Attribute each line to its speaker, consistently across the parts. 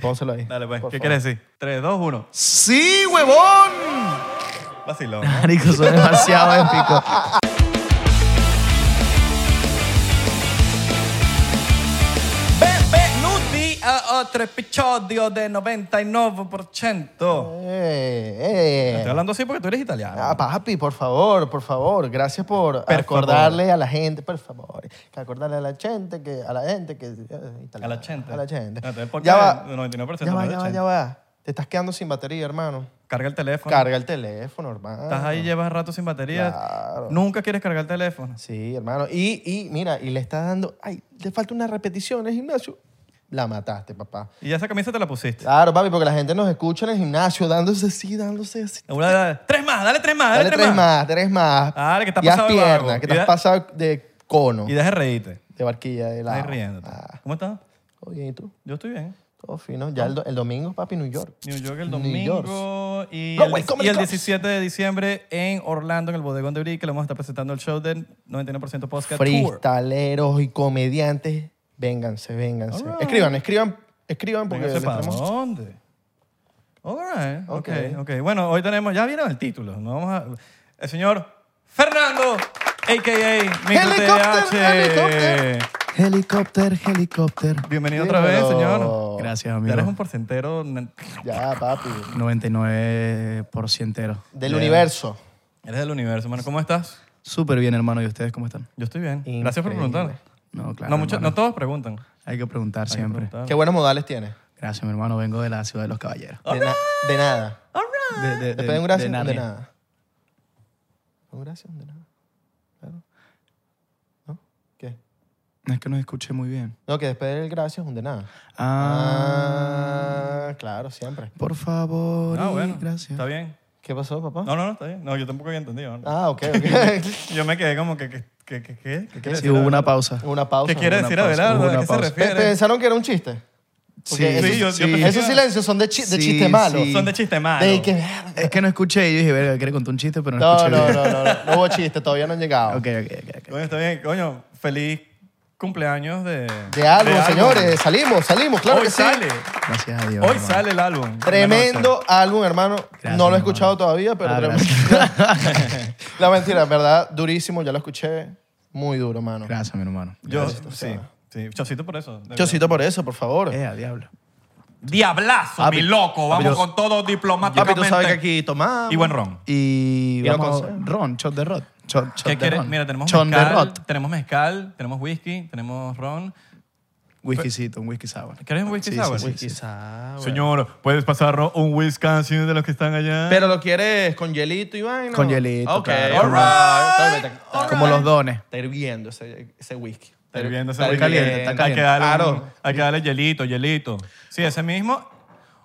Speaker 1: Pónselo ahí.
Speaker 2: Dale, pues.
Speaker 1: por
Speaker 2: ¿Qué
Speaker 1: favor.
Speaker 2: quieres decir? 3, 2, 1.
Speaker 3: ¡Sí, huevón!
Speaker 2: Vacilón.
Speaker 1: Marico, son demasiado épicos.
Speaker 2: ¿eh? Benvenuti a otro episodio de 99%.
Speaker 1: Eh,
Speaker 2: Estoy
Speaker 1: eh.
Speaker 2: hablando así porque tú eres italiano.
Speaker 1: Ah, papi, por favor, por favor. Gracias por
Speaker 2: Per
Speaker 1: acordarle a la gente, por favor. Que acordarle a la gente, que a la gente, que. eh,
Speaker 2: a la gente.
Speaker 1: A la gente.
Speaker 2: No, entonces, ¿por qué
Speaker 1: Ya va,
Speaker 2: el 99%
Speaker 1: ya
Speaker 2: no
Speaker 1: va,
Speaker 2: es
Speaker 1: ya va,
Speaker 2: 80?
Speaker 1: ya va. Te estás quedando sin batería, hermano.
Speaker 2: Carga el teléfono.
Speaker 1: Carga el teléfono, hermano.
Speaker 2: Estás ahí, llevas rato sin batería.
Speaker 1: Claro.
Speaker 2: Nunca quieres cargar el teléfono.
Speaker 1: Sí, hermano. Y, y mira, y le estás dando. Ay, le falta una repetición en el gimnasio. La mataste, papá.
Speaker 2: Y esa camisa te la pusiste.
Speaker 1: Claro, papi, porque la gente nos escucha en el gimnasio dándose así, dándose así.
Speaker 2: Una, dale, tres más, dale tres más, dale,
Speaker 1: Dale tres más. tres más.
Speaker 2: Dale, que estás
Speaker 1: Y haz
Speaker 2: pasado de vago.
Speaker 1: pierna, que
Speaker 2: Y
Speaker 1: te has
Speaker 2: da-
Speaker 1: pasado de cono,
Speaker 2: Y deja de reírte.
Speaker 1: de barquilla, de lado.
Speaker 2: Estás riéndote.
Speaker 1: Ah,
Speaker 2: ¿Cómo estás?
Speaker 1: todo bien, ¿y tú?
Speaker 2: Yo estoy bien.
Speaker 1: Todo fino. Ya el, do- el domingo, papi, New York.
Speaker 2: New York el
Speaker 1: New York.
Speaker 2: domingo y,
Speaker 1: Broadway
Speaker 2: el,
Speaker 1: Comedy
Speaker 2: y el
Speaker 1: Club.
Speaker 2: 17 de diciembre en Orlando, en el Bodegón de Brie, que le vamos a estar presentando el show del 99% Podcast Tour.
Speaker 1: Freestaleros y comediantes, vénganse, vénganse.
Speaker 2: All right.
Speaker 1: Escriban, escriban, escriban porque
Speaker 2: Véngase
Speaker 1: les
Speaker 2: para
Speaker 1: tenemos-
Speaker 2: dónde? All right.
Speaker 1: Ok.
Speaker 2: Okay. ok. Bueno, hoy tenemos, ya vieron el título. ¿no? Vamos a, el señor Fernando, a.k.a. Micro
Speaker 1: Helicóptero,
Speaker 2: TDH.
Speaker 4: Helicópter, helicópter.
Speaker 2: Bienvenido otra vez,
Speaker 1: Dímelo.
Speaker 2: señor.
Speaker 4: Gracias,
Speaker 2: Ya eres
Speaker 4: amigo.
Speaker 2: un porcentero. n-
Speaker 1: Ya, papi.
Speaker 4: 99%.
Speaker 1: Del universo.
Speaker 2: Eres del universo, hermano. ¿Cómo estás?
Speaker 4: Súper bien, hermano. ¿Y ustedes cómo están?
Speaker 2: Yo estoy bien. Gracias por
Speaker 1: Increíble.
Speaker 2: preguntar.
Speaker 4: No, claro.
Speaker 2: no, mucho-
Speaker 4: hermano.
Speaker 2: no todos preguntan.
Speaker 4: Hay que preguntar siempre.
Speaker 2: Preguntar.
Speaker 1: Qué buenos modales tienes.
Speaker 4: Gracias, mi hermano. Vengo de la ciudad de los caballeros.
Speaker 2: Ah.
Speaker 1: De, na- de nada.
Speaker 4: De, de,
Speaker 1: Ah, ¿Te piden gracias? De,
Speaker 4: Narnia.
Speaker 1: nada. ¿No gracias? De nada. Claro. ¿No? ¿Qué?
Speaker 4: Es que no escuché muy bien.
Speaker 1: No, que después del gracias es un de nada.
Speaker 4: Ah,
Speaker 1: Ah, claro, siempre.
Speaker 4: por favor.
Speaker 2: Ah,
Speaker 4: y
Speaker 2: bueno.
Speaker 4: Gracias.
Speaker 2: Está bien.
Speaker 1: ¿Qué pasó, papá?
Speaker 2: No, no, no, está bien. No, yo tampoco había entendido. ¿no?
Speaker 1: Ah, ok, ok.
Speaker 2: Yo me quedé como que, que, que, que, que- que quiere
Speaker 4: Sí,
Speaker 2: decir
Speaker 4: hubo una
Speaker 2: Abelardo?
Speaker 4: pausa.
Speaker 1: Una pausa.
Speaker 2: ¿Qué quiere
Speaker 4: una
Speaker 2: decir
Speaker 4: pausa,
Speaker 2: Abelardo? ¿A
Speaker 4: una
Speaker 2: qué se
Speaker 4: pausa.
Speaker 1: Pe-
Speaker 2: refiere?
Speaker 1: Pensaron que era un chiste.
Speaker 4: Sí,
Speaker 1: Porque
Speaker 2: Sí, yo- yo
Speaker 4: sí.
Speaker 2: pensé-
Speaker 1: Esos silencios son de, chi- de
Speaker 4: Sí,
Speaker 1: chiste malo.
Speaker 4: sí.
Speaker 2: Son de chiste malo.
Speaker 1: De que...
Speaker 4: Es que no escuché y yo dije, verga, quiere contar un chiste, pero no,
Speaker 1: No,
Speaker 4: escuché
Speaker 1: no,
Speaker 4: bien.
Speaker 1: no, no, no. No hubo chiste, todavía no han llegado.
Speaker 4: Ok, ok, ok. ok.
Speaker 2: Coño, está bien. Coño, feliz cumpleaños de...
Speaker 1: De algo, señores. Salimos, salimos, claro
Speaker 2: Hoy
Speaker 1: que sí.
Speaker 2: sale.
Speaker 4: Gracias a Dios.
Speaker 2: Hoy
Speaker 4: hermano.
Speaker 2: sale el álbum.
Speaker 1: Tremendo álbum, hermano.
Speaker 4: Gracias,
Speaker 1: no lo he
Speaker 4: hermano.
Speaker 1: escuchado todavía, pero
Speaker 4: Ah,
Speaker 1: tremendo. La mentira, en verdad, durísimo. Ya lo escuché. Muy duro, hermano.
Speaker 4: Gracias, mi hermano.
Speaker 2: Yo,
Speaker 1: Gracias, o
Speaker 2: sí,
Speaker 1: sea.
Speaker 2: sí. Chocito por eso. de
Speaker 1: Chocito por eso, por favor.
Speaker 4: Eh, a diablo.
Speaker 2: Diablazo,
Speaker 4: Papi,
Speaker 2: mi loco. Vamos
Speaker 4: papi, yo-
Speaker 2: con todo diplomáticamente.
Speaker 1: Papi, tú sabes que aquí tomamos.
Speaker 2: Y buen ron.
Speaker 4: Y
Speaker 1: Y no
Speaker 4: vamos,
Speaker 1: consejo.
Speaker 4: ron, shot de rot. Shot, shot
Speaker 2: ¿Qué
Speaker 4: de
Speaker 2: quieres?
Speaker 4: ron.
Speaker 2: Mira, tenemos
Speaker 4: Shot de
Speaker 2: mezcal,
Speaker 4: rot.
Speaker 2: tenemos mezcal, tenemos whisky, tenemos ron.
Speaker 4: Whiskycito, un whisky sour.
Speaker 2: ¿Quieres un whisky
Speaker 4: Sí, sí,
Speaker 2: sour?
Speaker 4: sí,
Speaker 2: Whisky
Speaker 4: sí.
Speaker 1: Quizá, güey.
Speaker 2: Señor, ¿puedes pasar ro- un whisky de los que están allá?
Speaker 1: Pero lo quieres con hielito y vaina.
Speaker 4: Con hielito,
Speaker 1: Ok.
Speaker 4: claro.
Speaker 1: all right. Está-
Speaker 4: Como los dones.
Speaker 1: Está hirviendo ese, ese whisky.
Speaker 2: Está hirviendo ese
Speaker 1: Está
Speaker 2: whisky.
Speaker 4: caliente, está
Speaker 2: Hay que
Speaker 4: caliente.
Speaker 2: darle, un-
Speaker 1: Claro.
Speaker 2: hay que darle hielito, hielito. Sí, ese mismo.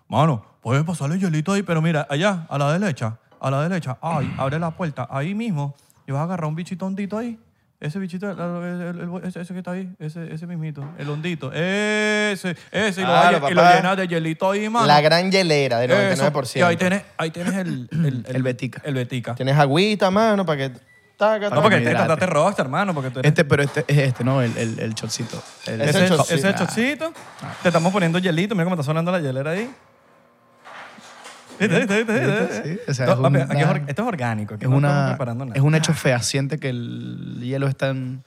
Speaker 2: Mano, puedes pasarle hielito ahí, pero mira, allá, a la derecha, a la derecha, ahí, abre la puerta, ahí mismo, y vas a agarrar un bichito hondito ahí. Ese bichito, el- el- el- el- ese, ese que está ahí, ese, ese mismito, el hondito. Ese, ese, y lo,
Speaker 1: Claro,
Speaker 2: vas a- y lo
Speaker 1: papá.
Speaker 2: llenas de hielito ahí, mano.
Speaker 1: La gran hielera del
Speaker 2: Eso.
Speaker 1: 99%.
Speaker 2: Y ahí tienes, ahí tienes el, el,
Speaker 4: El Betica.
Speaker 2: El Betica.
Speaker 1: Tienes agüita, mano, para que. Taca,
Speaker 2: No,
Speaker 1: taca.
Speaker 2: porque te
Speaker 4: hidrate.
Speaker 2: trataste rosta, hermano, porque tú eres...
Speaker 4: Este, pero este es este, ¿no? El, el, el shotcito. El-
Speaker 1: Ese
Speaker 2: Ese,
Speaker 1: es
Speaker 2: es
Speaker 1: el
Speaker 2: ese es el
Speaker 1: chocito.
Speaker 2: chocito.
Speaker 4: Ah.
Speaker 2: Te estamos poniendo hielito. Mira cómo está sonando la hielera ahí. ¿Viste, viste, viste, viste?
Speaker 4: Sí, o sea,
Speaker 2: No,
Speaker 4: es
Speaker 2: papi,
Speaker 4: una-
Speaker 2: aquí es or- esto es orgánico. Aquí
Speaker 4: es,
Speaker 2: no estamos
Speaker 4: una,
Speaker 2: preparando nada.
Speaker 4: es un hecho fehaciente que el hielo está en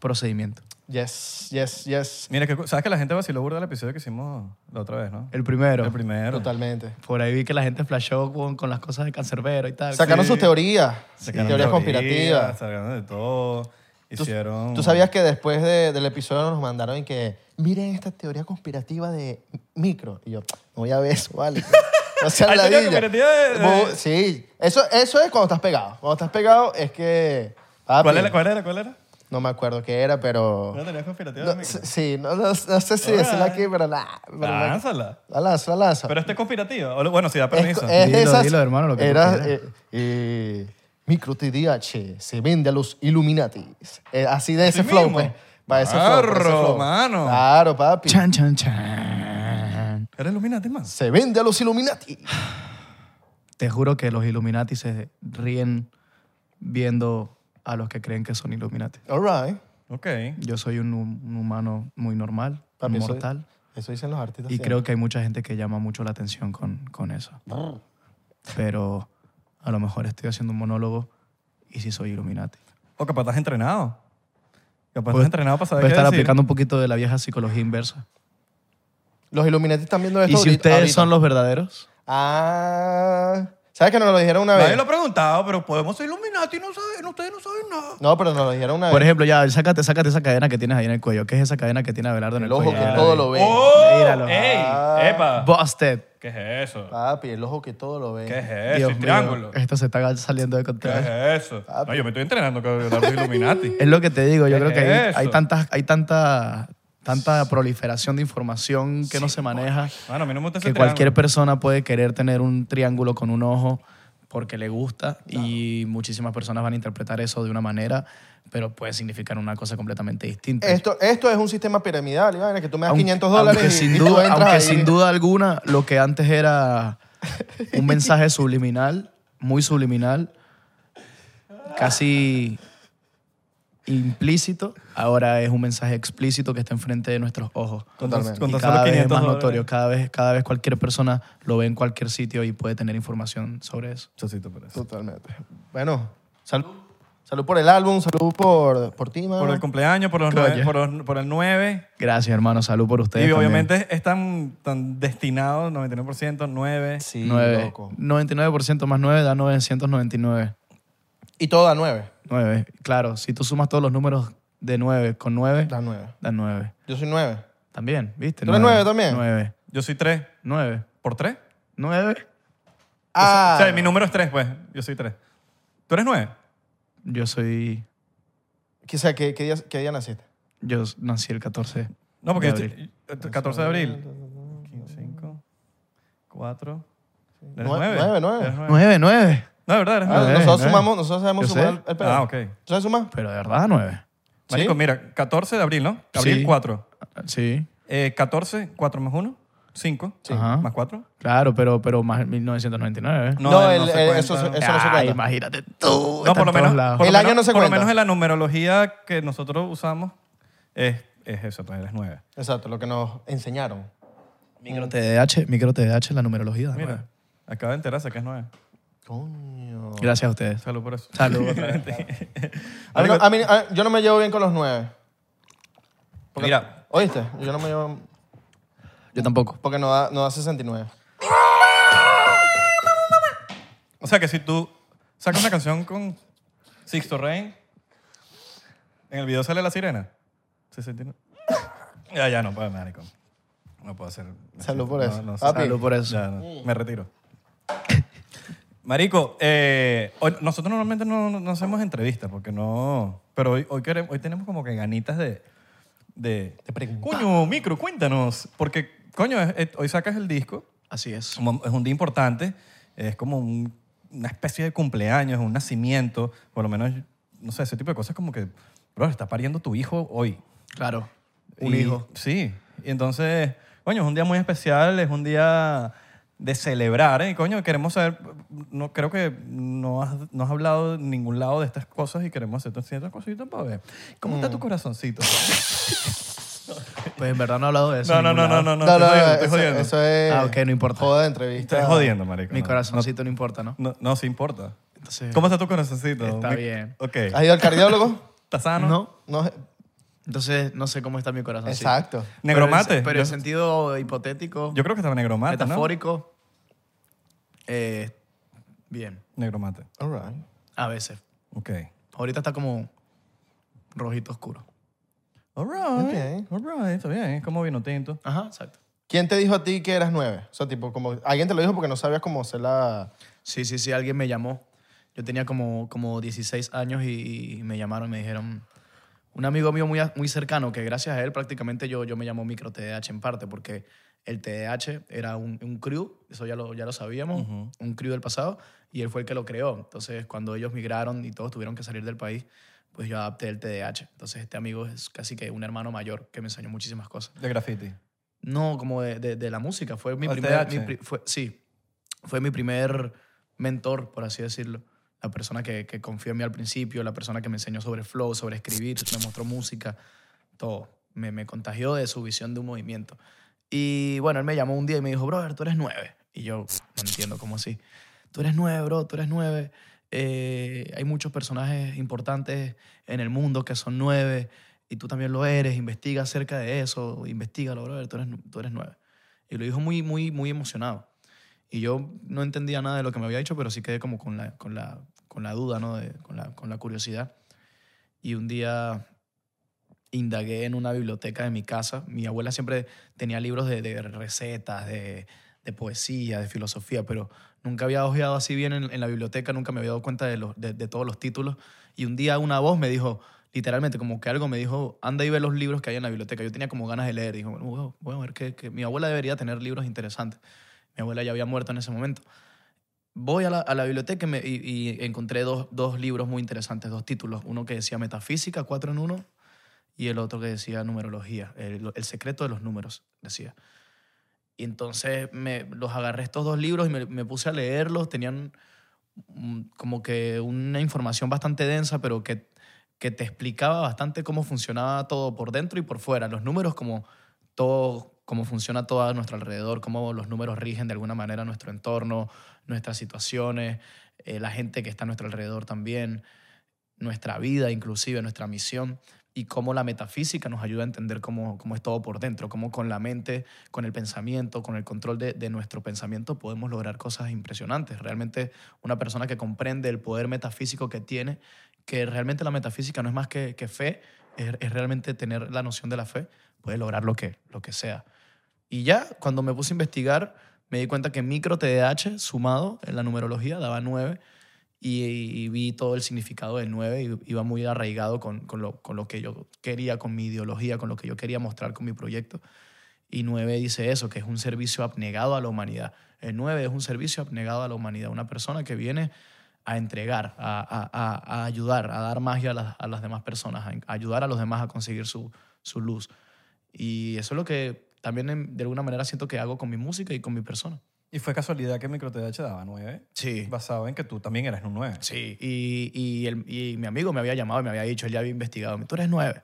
Speaker 4: procedimiento.
Speaker 1: Yes, yes, yes.
Speaker 2: Mira, que, cu- sabes que la gente vaciló burda el episodio que hicimos la otra vez, ¿no?
Speaker 4: El primero.
Speaker 2: El primero.
Speaker 1: Totalmente.
Speaker 4: Por ahí vi que la gente flashó con, con las cosas de cancerbero y tal.
Speaker 1: Sacaron sus teorías.
Speaker 2: Sacaron
Speaker 1: teorías
Speaker 2: teorías,
Speaker 1: conspirativas.
Speaker 2: Sacaron de todo. Hicieron...
Speaker 1: ¿Tú sabías que después de- del episodio nos mandaron y que miren esta teoría conspirativa de micro? Y yo, no voy a ver eso, vale. No sean
Speaker 2: Hay teoría
Speaker 1: ladilla.
Speaker 2: conspirativa de- de-
Speaker 1: Vos- Sí, eso, eso es cuando estás pegado. Cuando estás pegado es que... papi,
Speaker 2: ¿Cuál era? ¿Cuál era? ¿Cuál era?
Speaker 1: No me acuerdo qué era, pero...
Speaker 2: ¿Una teoría conspirativa?
Speaker 1: No,
Speaker 2: amigo?
Speaker 1: s- sí, no, no- no sé si
Speaker 2: Alright.
Speaker 1: decirla aquí, pero la... pero la-
Speaker 2: Lánzala.
Speaker 1: La lanzo, la lanzo.
Speaker 2: Pero este es conspirativo. O lo- Bueno, si da
Speaker 1: Es,
Speaker 2: permiso.
Speaker 1: es
Speaker 4: Dilo,
Speaker 1: esas-
Speaker 4: dilo, hermano, lo que tú
Speaker 1: era,
Speaker 4: quieras.
Speaker 1: eh, eh, Micro TDH se vende a los Illuminatis. Eh, así de ese
Speaker 2: Así
Speaker 1: flow,
Speaker 2: mismo.
Speaker 1: pues. Para ese flow. para ese
Speaker 2: Claro,
Speaker 1: flow.
Speaker 2: mano.
Speaker 1: Claro, papi.
Speaker 4: Chan, chan, chan.
Speaker 2: ¿Eres Illuminati, man?
Speaker 1: Se vende a los Illuminati.
Speaker 4: Te juro que los Illuminati se ríen viendo a los que creen que son Illuminati.
Speaker 1: All right.
Speaker 2: Ok.
Speaker 4: Yo soy un, hum- un humano muy normal,
Speaker 1: Papi, soy-
Speaker 4: mortal.
Speaker 1: Eso dicen los artistas.
Speaker 4: Y creo que hay mucha gente que llama mucho la atención con, con eso. Pero a lo mejor estoy haciendo un monólogo y sí soy Illuminati.
Speaker 2: O capaz estás entrenado. Capaz
Speaker 4: Puedo-
Speaker 2: estás entrenado para saber
Speaker 4: puedo
Speaker 2: qué
Speaker 4: estar
Speaker 2: decir.
Speaker 4: aplicando un poquito de la vieja psicología inversa.
Speaker 1: Los Illuminati están viendo esto
Speaker 4: Y si
Speaker 1: ahorita-
Speaker 4: ustedes
Speaker 1: ahorita.
Speaker 4: son los verdaderos,
Speaker 1: Ah... ¿Sabes que nos lo dijeron una
Speaker 2: Nadie
Speaker 1: vez?
Speaker 2: lo ha preguntado, pero podemos ser Illuminati y no saben, ustedes no saben nada.
Speaker 1: No, pero nos lo dijeron una
Speaker 4: por
Speaker 1: vez.
Speaker 4: ejemplo, ya, sácate, sácate esa cadena que tienes ahí en el cuello. ¿Qué es esa cadena que tiene Abelardo en el,
Speaker 1: El ojo
Speaker 4: cuello?
Speaker 1: que
Speaker 4: Mírala
Speaker 1: todo
Speaker 4: ahí.
Speaker 1: lo ve.
Speaker 2: ¡Oh!
Speaker 4: Míralo.
Speaker 2: ¡Ey!
Speaker 1: Ah.
Speaker 2: ¡Epa!
Speaker 4: Busted.
Speaker 2: ¿Qué es eso?
Speaker 1: Papi, el ojo que todo lo ve.
Speaker 2: ¿Qué es eso?
Speaker 4: Ah, Dios
Speaker 2: El Eh,
Speaker 4: mío, Ah.
Speaker 2: triángulo.
Speaker 4: esto se está saliendo de control.
Speaker 2: ¿Qué es eso? No, yo me estoy entrenando con Abelardo Illuminati.
Speaker 4: Es lo que te digo, yo
Speaker 2: ¿Qué
Speaker 4: creo que
Speaker 2: es
Speaker 4: hay,
Speaker 2: eso?
Speaker 4: hay tantas, hay tanta, tanta proliferación de información que no se maneja
Speaker 2: Mano, a mí no me gusta ese
Speaker 4: que cualquier persona puede querer tener un triángulo con un ojo porque le gusta y muchísimas personas van a interpretar eso de una manera, pero puede significar una cosa completamente distinta.
Speaker 1: Esto, esto es un sistema piramidal, Iván, que tú me das
Speaker 4: Aunque-
Speaker 1: 500 dólares
Speaker 4: aunque
Speaker 1: y,
Speaker 4: sin
Speaker 1: y tú
Speaker 4: duda,
Speaker 1: entras
Speaker 4: aunque
Speaker 1: ahí.
Speaker 4: sin duda alguna lo que antes era un mensaje subliminal, muy subliminal, casi implícito, ahora es un mensaje explícito que está enfrente de nuestros ojos.
Speaker 2: Con tan-
Speaker 1: Totalmente.
Speaker 2: con
Speaker 4: Y
Speaker 2: tan
Speaker 4: cada
Speaker 2: solo
Speaker 4: vez es
Speaker 2: 500
Speaker 4: más
Speaker 2: dólares.
Speaker 4: notorio, cada vez, cada vez cualquier persona lo ve en cualquier sitio y puede tener información sobre eso.
Speaker 2: Chocito para eso.
Speaker 1: Totalmente. Bueno, salud. Salud por el álbum, salud por, por ti, mano.
Speaker 2: Por el cumpleaños, por, los
Speaker 4: Ah. Coño.
Speaker 2: nueve- por, los- por el 9.
Speaker 4: Gracias, hermano, salud por
Speaker 2: Y
Speaker 4: ustedes. también.
Speaker 2: obviamente están tan destinados, 99%, 9.
Speaker 1: Sí,
Speaker 4: Nueve.
Speaker 1: loco.
Speaker 4: 99% más 9 da 999.
Speaker 1: Y todo da 9.
Speaker 4: 9, claro. Si tú sumas todos los números de 9 con 9,
Speaker 1: Da 9.
Speaker 4: da 9.
Speaker 1: Yo soy 9.
Speaker 4: También, ¿viste?
Speaker 1: ¿Tú eres nueve también?
Speaker 4: 9,
Speaker 2: Yo soy 3.
Speaker 4: 9,
Speaker 2: ¿Por 3?
Speaker 4: 9.
Speaker 1: Ah.
Speaker 2: O sea, mi número es 3, pues. Yo soy 3. ¿Tú eres 9?
Speaker 4: Yo soy...
Speaker 1: que- o sea, ¿qué, qué día, ¿qué día naciste?
Speaker 4: Yo nací el 14.
Speaker 2: No, porque
Speaker 4: de
Speaker 2: yo estoy-
Speaker 4: abril.
Speaker 2: eh, 14 de abril. 5, 4.
Speaker 1: Nueve, nueve,
Speaker 2: 9.
Speaker 1: nueve.
Speaker 2: 9.
Speaker 4: 9, 9.
Speaker 2: No, de verdad, eres
Speaker 1: Ah,
Speaker 4: Nueve,
Speaker 2: 9.
Speaker 1: nosotros
Speaker 4: nueve.
Speaker 1: sumamos, nosotros sabemos
Speaker 4: Yo
Speaker 1: sumar
Speaker 4: sé.
Speaker 1: el, el pedo.
Speaker 2: Ah, ok.
Speaker 1: ¿Tú sabes sumar?
Speaker 4: Pero de verdad 9.
Speaker 2: Marico,
Speaker 1: ¿Sí?
Speaker 2: mira, 14 de abril, ¿no? Abril
Speaker 4: Sí.
Speaker 2: 4.
Speaker 4: Sí.
Speaker 2: Eh, 14, 4 más 1, 5.
Speaker 4: Ajá.
Speaker 2: ¿Más 4?
Speaker 4: Claro, pero, pero más 1999.
Speaker 1: No, el-
Speaker 2: se
Speaker 1: el-
Speaker 2: cuenta.
Speaker 1: eso- eso-
Speaker 4: Ah,
Speaker 1: se cuenta.
Speaker 4: imagínate tú.
Speaker 2: No,
Speaker 4: está
Speaker 2: por lo
Speaker 4: en todos
Speaker 2: menos.
Speaker 4: lados.
Speaker 2: por lo
Speaker 1: El año
Speaker 2: menos-
Speaker 1: no se
Speaker 2: Por lo
Speaker 1: cuenta.
Speaker 2: menos en la numerología que nosotros usamos es, es eso, pues eres 9.
Speaker 1: Exacto, lo que nos enseñaron.
Speaker 4: Micro TDH, micro TDH, la numerología.
Speaker 2: Mira,
Speaker 4: nueve.
Speaker 2: acaba de enterarse que es 9.
Speaker 1: Coño.
Speaker 4: Gracias a ustedes.
Speaker 2: Salud por eso.
Speaker 4: Salud. otra vez.
Speaker 1: A mí no- a mí- a- yo no me llevo bien con los 9.
Speaker 2: Mira,
Speaker 1: ¿Oíste? Yo no me llevo...
Speaker 4: Yo tampoco.
Speaker 1: Porque no da, no da 69.
Speaker 2: o sea que si tú sacas una canción con Sixto Rain, en el video sale la sirena. 69. ya, ya, no puedo, marico. No puedo hacer.
Speaker 1: Salud por
Speaker 2: no,
Speaker 1: eso.
Speaker 2: no sé.
Speaker 1: Papi.
Speaker 4: Salud por eso.
Speaker 2: Ya, no, me retiro. Marico, eh, hoy- nosotros normalmente no, no hacemos entrevistas porque no. Pero hoy, hoy, queremos, hoy tenemos como que ganitas de. de
Speaker 1: Te pregunto.
Speaker 2: coño, micro, cuéntanos. Porque, coño, es- es- hoy sacas el disco,
Speaker 4: Así es.
Speaker 2: como es un día importante, es como un- una especie de cumpleaños, un nacimiento, por lo menos, no sé, ese tipo de cosas como que, bro, estás pariendo tu hijo hoy.
Speaker 4: Claro. Un
Speaker 2: Y-
Speaker 4: hijo.
Speaker 2: Sí. Y entonces, coño, es un día muy especial, es un día de celebrar, ¿eh? Y, coño, queremos saber, no, creo que no has, no has hablado en ningún lado de estas cosas y queremos hacer ciertas cositas para ver. ¿Cómo está tu corazoncito?
Speaker 4: Pues en verdad no he hablado de eso.
Speaker 2: no,
Speaker 4: en
Speaker 2: no,
Speaker 4: ningún
Speaker 2: no, no, no, no,
Speaker 4: lado.
Speaker 1: No,
Speaker 2: estoy
Speaker 1: no, no,
Speaker 2: jodiendo, estoy
Speaker 1: eso,
Speaker 2: jodiendo.
Speaker 1: eso es...
Speaker 4: Ah, ok, no importa.
Speaker 1: Joda de entrevista.
Speaker 2: Estoy jodiendo, marico.
Speaker 4: Mi
Speaker 2: no.
Speaker 4: corazoncito no importa, ¿no?
Speaker 2: No, no, sí importa.
Speaker 4: Entonces,
Speaker 2: ¿Cómo está tu corazoncito?
Speaker 4: Está
Speaker 2: Mi-
Speaker 4: bien.
Speaker 2: Ok.
Speaker 1: ¿Has ido al cardiólogo?
Speaker 2: ¿Estás sano?
Speaker 4: Ah, No.
Speaker 1: No,
Speaker 4: Entonces, no sé cómo está mi corazón. sí.
Speaker 1: exacto.
Speaker 4: Pero en-
Speaker 2: Negromate.
Speaker 4: Pero,
Speaker 2: yo,
Speaker 4: en sentido hipotético,
Speaker 2: yo creo que está negromate, ¿no?
Speaker 4: metafórico, eh, bien,
Speaker 2: Negromate.
Speaker 1: All right.
Speaker 4: a veces.
Speaker 2: Ok.
Speaker 4: Ahorita está como rojito oscuro.
Speaker 2: All right. All right. Está bien. Es como vino tinto.
Speaker 4: Ajá, exacto.
Speaker 1: ¿Quién te dijo a ti que eras 9? O sea, tipo, como... Alguien te lo dijo porque no sabías cómo hacer la...
Speaker 4: Sí, sí, sí, alguien me llamó. Yo tenía como, como 16 años y, y me llamaron y me dijeron, un amigo mío muy, a- muy cercano, que gracias a él prácticamente yo, yo me llamo micro TDH en parte, porque el TDH era un, un crew, eso ya lo, ya lo sabíamos, un crew del pasado, y él fue el que lo creó. Entonces, cuando ellos migraron y todos tuvieron que salir del país, pues yo adapté el TDH. Entonces, este amigo es casi que un hermano mayor que me enseñó muchísimas cosas.
Speaker 2: De graffiti.
Speaker 4: No, como de, de- de la música. Fue mi
Speaker 2: Al
Speaker 4: primer.
Speaker 2: TH.
Speaker 4: mi pri- fue, sí. Fue mi primer mentor, por así decirlo. La persona que, que confió en mí al principio, la persona que me enseñó sobre flow, sobre escribir, me mostró música, todo. Me, me contagió de su visión de un movimiento. Y bueno, él me llamó un día y me dijo, brother, tú eres nueve. Y yo no entiendo cómo así. Tú eres nueve, bro, tú eres nueve. Eh, hay muchos personajes importantes en el mundo que son nueve y tú también lo eres. Investiga acerca de eso, investigalo, brother, tú eres, nu- tú eres nueve. Y lo dijo muy, muy, muy emocionado. Y yo no entendía nada de lo que me había dicho, pero sí quedé como con la, con la, con la duda, ¿no? De- con, la, con la curiosidad. Y un día indagué en una biblioteca de mi casa. Mi abuela siempre tenía libros de, de recetas, de, de poesía, de filosofía, pero nunca había hojeado así bien en, en la biblioteca, nunca me había dado cuenta de, los- de- de todos los títulos. Y un día una voz me dijo, literalmente, como que algo me dijo, anda y ve los libros que hay en la biblioteca. Yo tenía como ganas de leer. Dijo, bueno, voy a- voy a ver que, mi abuela debería tener libros interesantes. Mi abuela ya había muerto en ese momento. Voy a la, a la biblioteca y, me- y- y encontré dos, dos libros muy interesantes, dos títulos. Uno que decía Metafísica, cuatro en uno, y el otro que decía numerología, el, el secreto de los números, decía. Y entonces me, los agarré estos dos libros y me, me puse a leerlos. Tenían mm, como que una información bastante densa, pero que, que te explicaba bastante cómo funcionaba todo por dentro y por fuera. Los números como todo, cómo funciona todo a nuestro alrededor, cómo los números rigen de alguna manera nuestro entorno, nuestras situaciones, eh, la gente que está a nuestro alrededor también, nuestra vida inclusive, nuestra misión y cómo la metafísica nos ayuda a entender cómo, cómo es todo por dentro, cómo con la mente, con el pensamiento, con el control de, de nuestro pensamiento podemos lograr cosas impresionantes. Realmente una persona que comprende el poder metafísico que tiene, que realmente la metafísica no es más que, que fe, es, es realmente tener la noción de la fe, puede lograr lo que, lo que sea. Y ya cuando me puse a investigar, me di cuenta que micro TDAH sumado en la numerología daba 9 y, y vi todo el significado del 9 y iba muy arraigado con, con lo, con lo que yo quería, con mi ideología, con lo que yo quería mostrar con mi proyecto. Y 9 dice eso, que es un servicio abnegado a la humanidad. El 9 es un servicio abnegado a la humanidad, una persona que viene a entregar, a, a- a- a ayudar, a dar magia a las, a las demás personas, a en- a ayudar a los demás a conseguir su, su luz. Y eso es lo que también en- de alguna manera siento que hago con mi música y con mi persona.
Speaker 2: Y fue casualidad que MicroTDH daba 9,
Speaker 4: Sí.
Speaker 2: basado en que tú también eras un 9.
Speaker 4: Sí, y, y, el- y mi amigo me había llamado y me había dicho, él ya había investigado, tú eres nueve.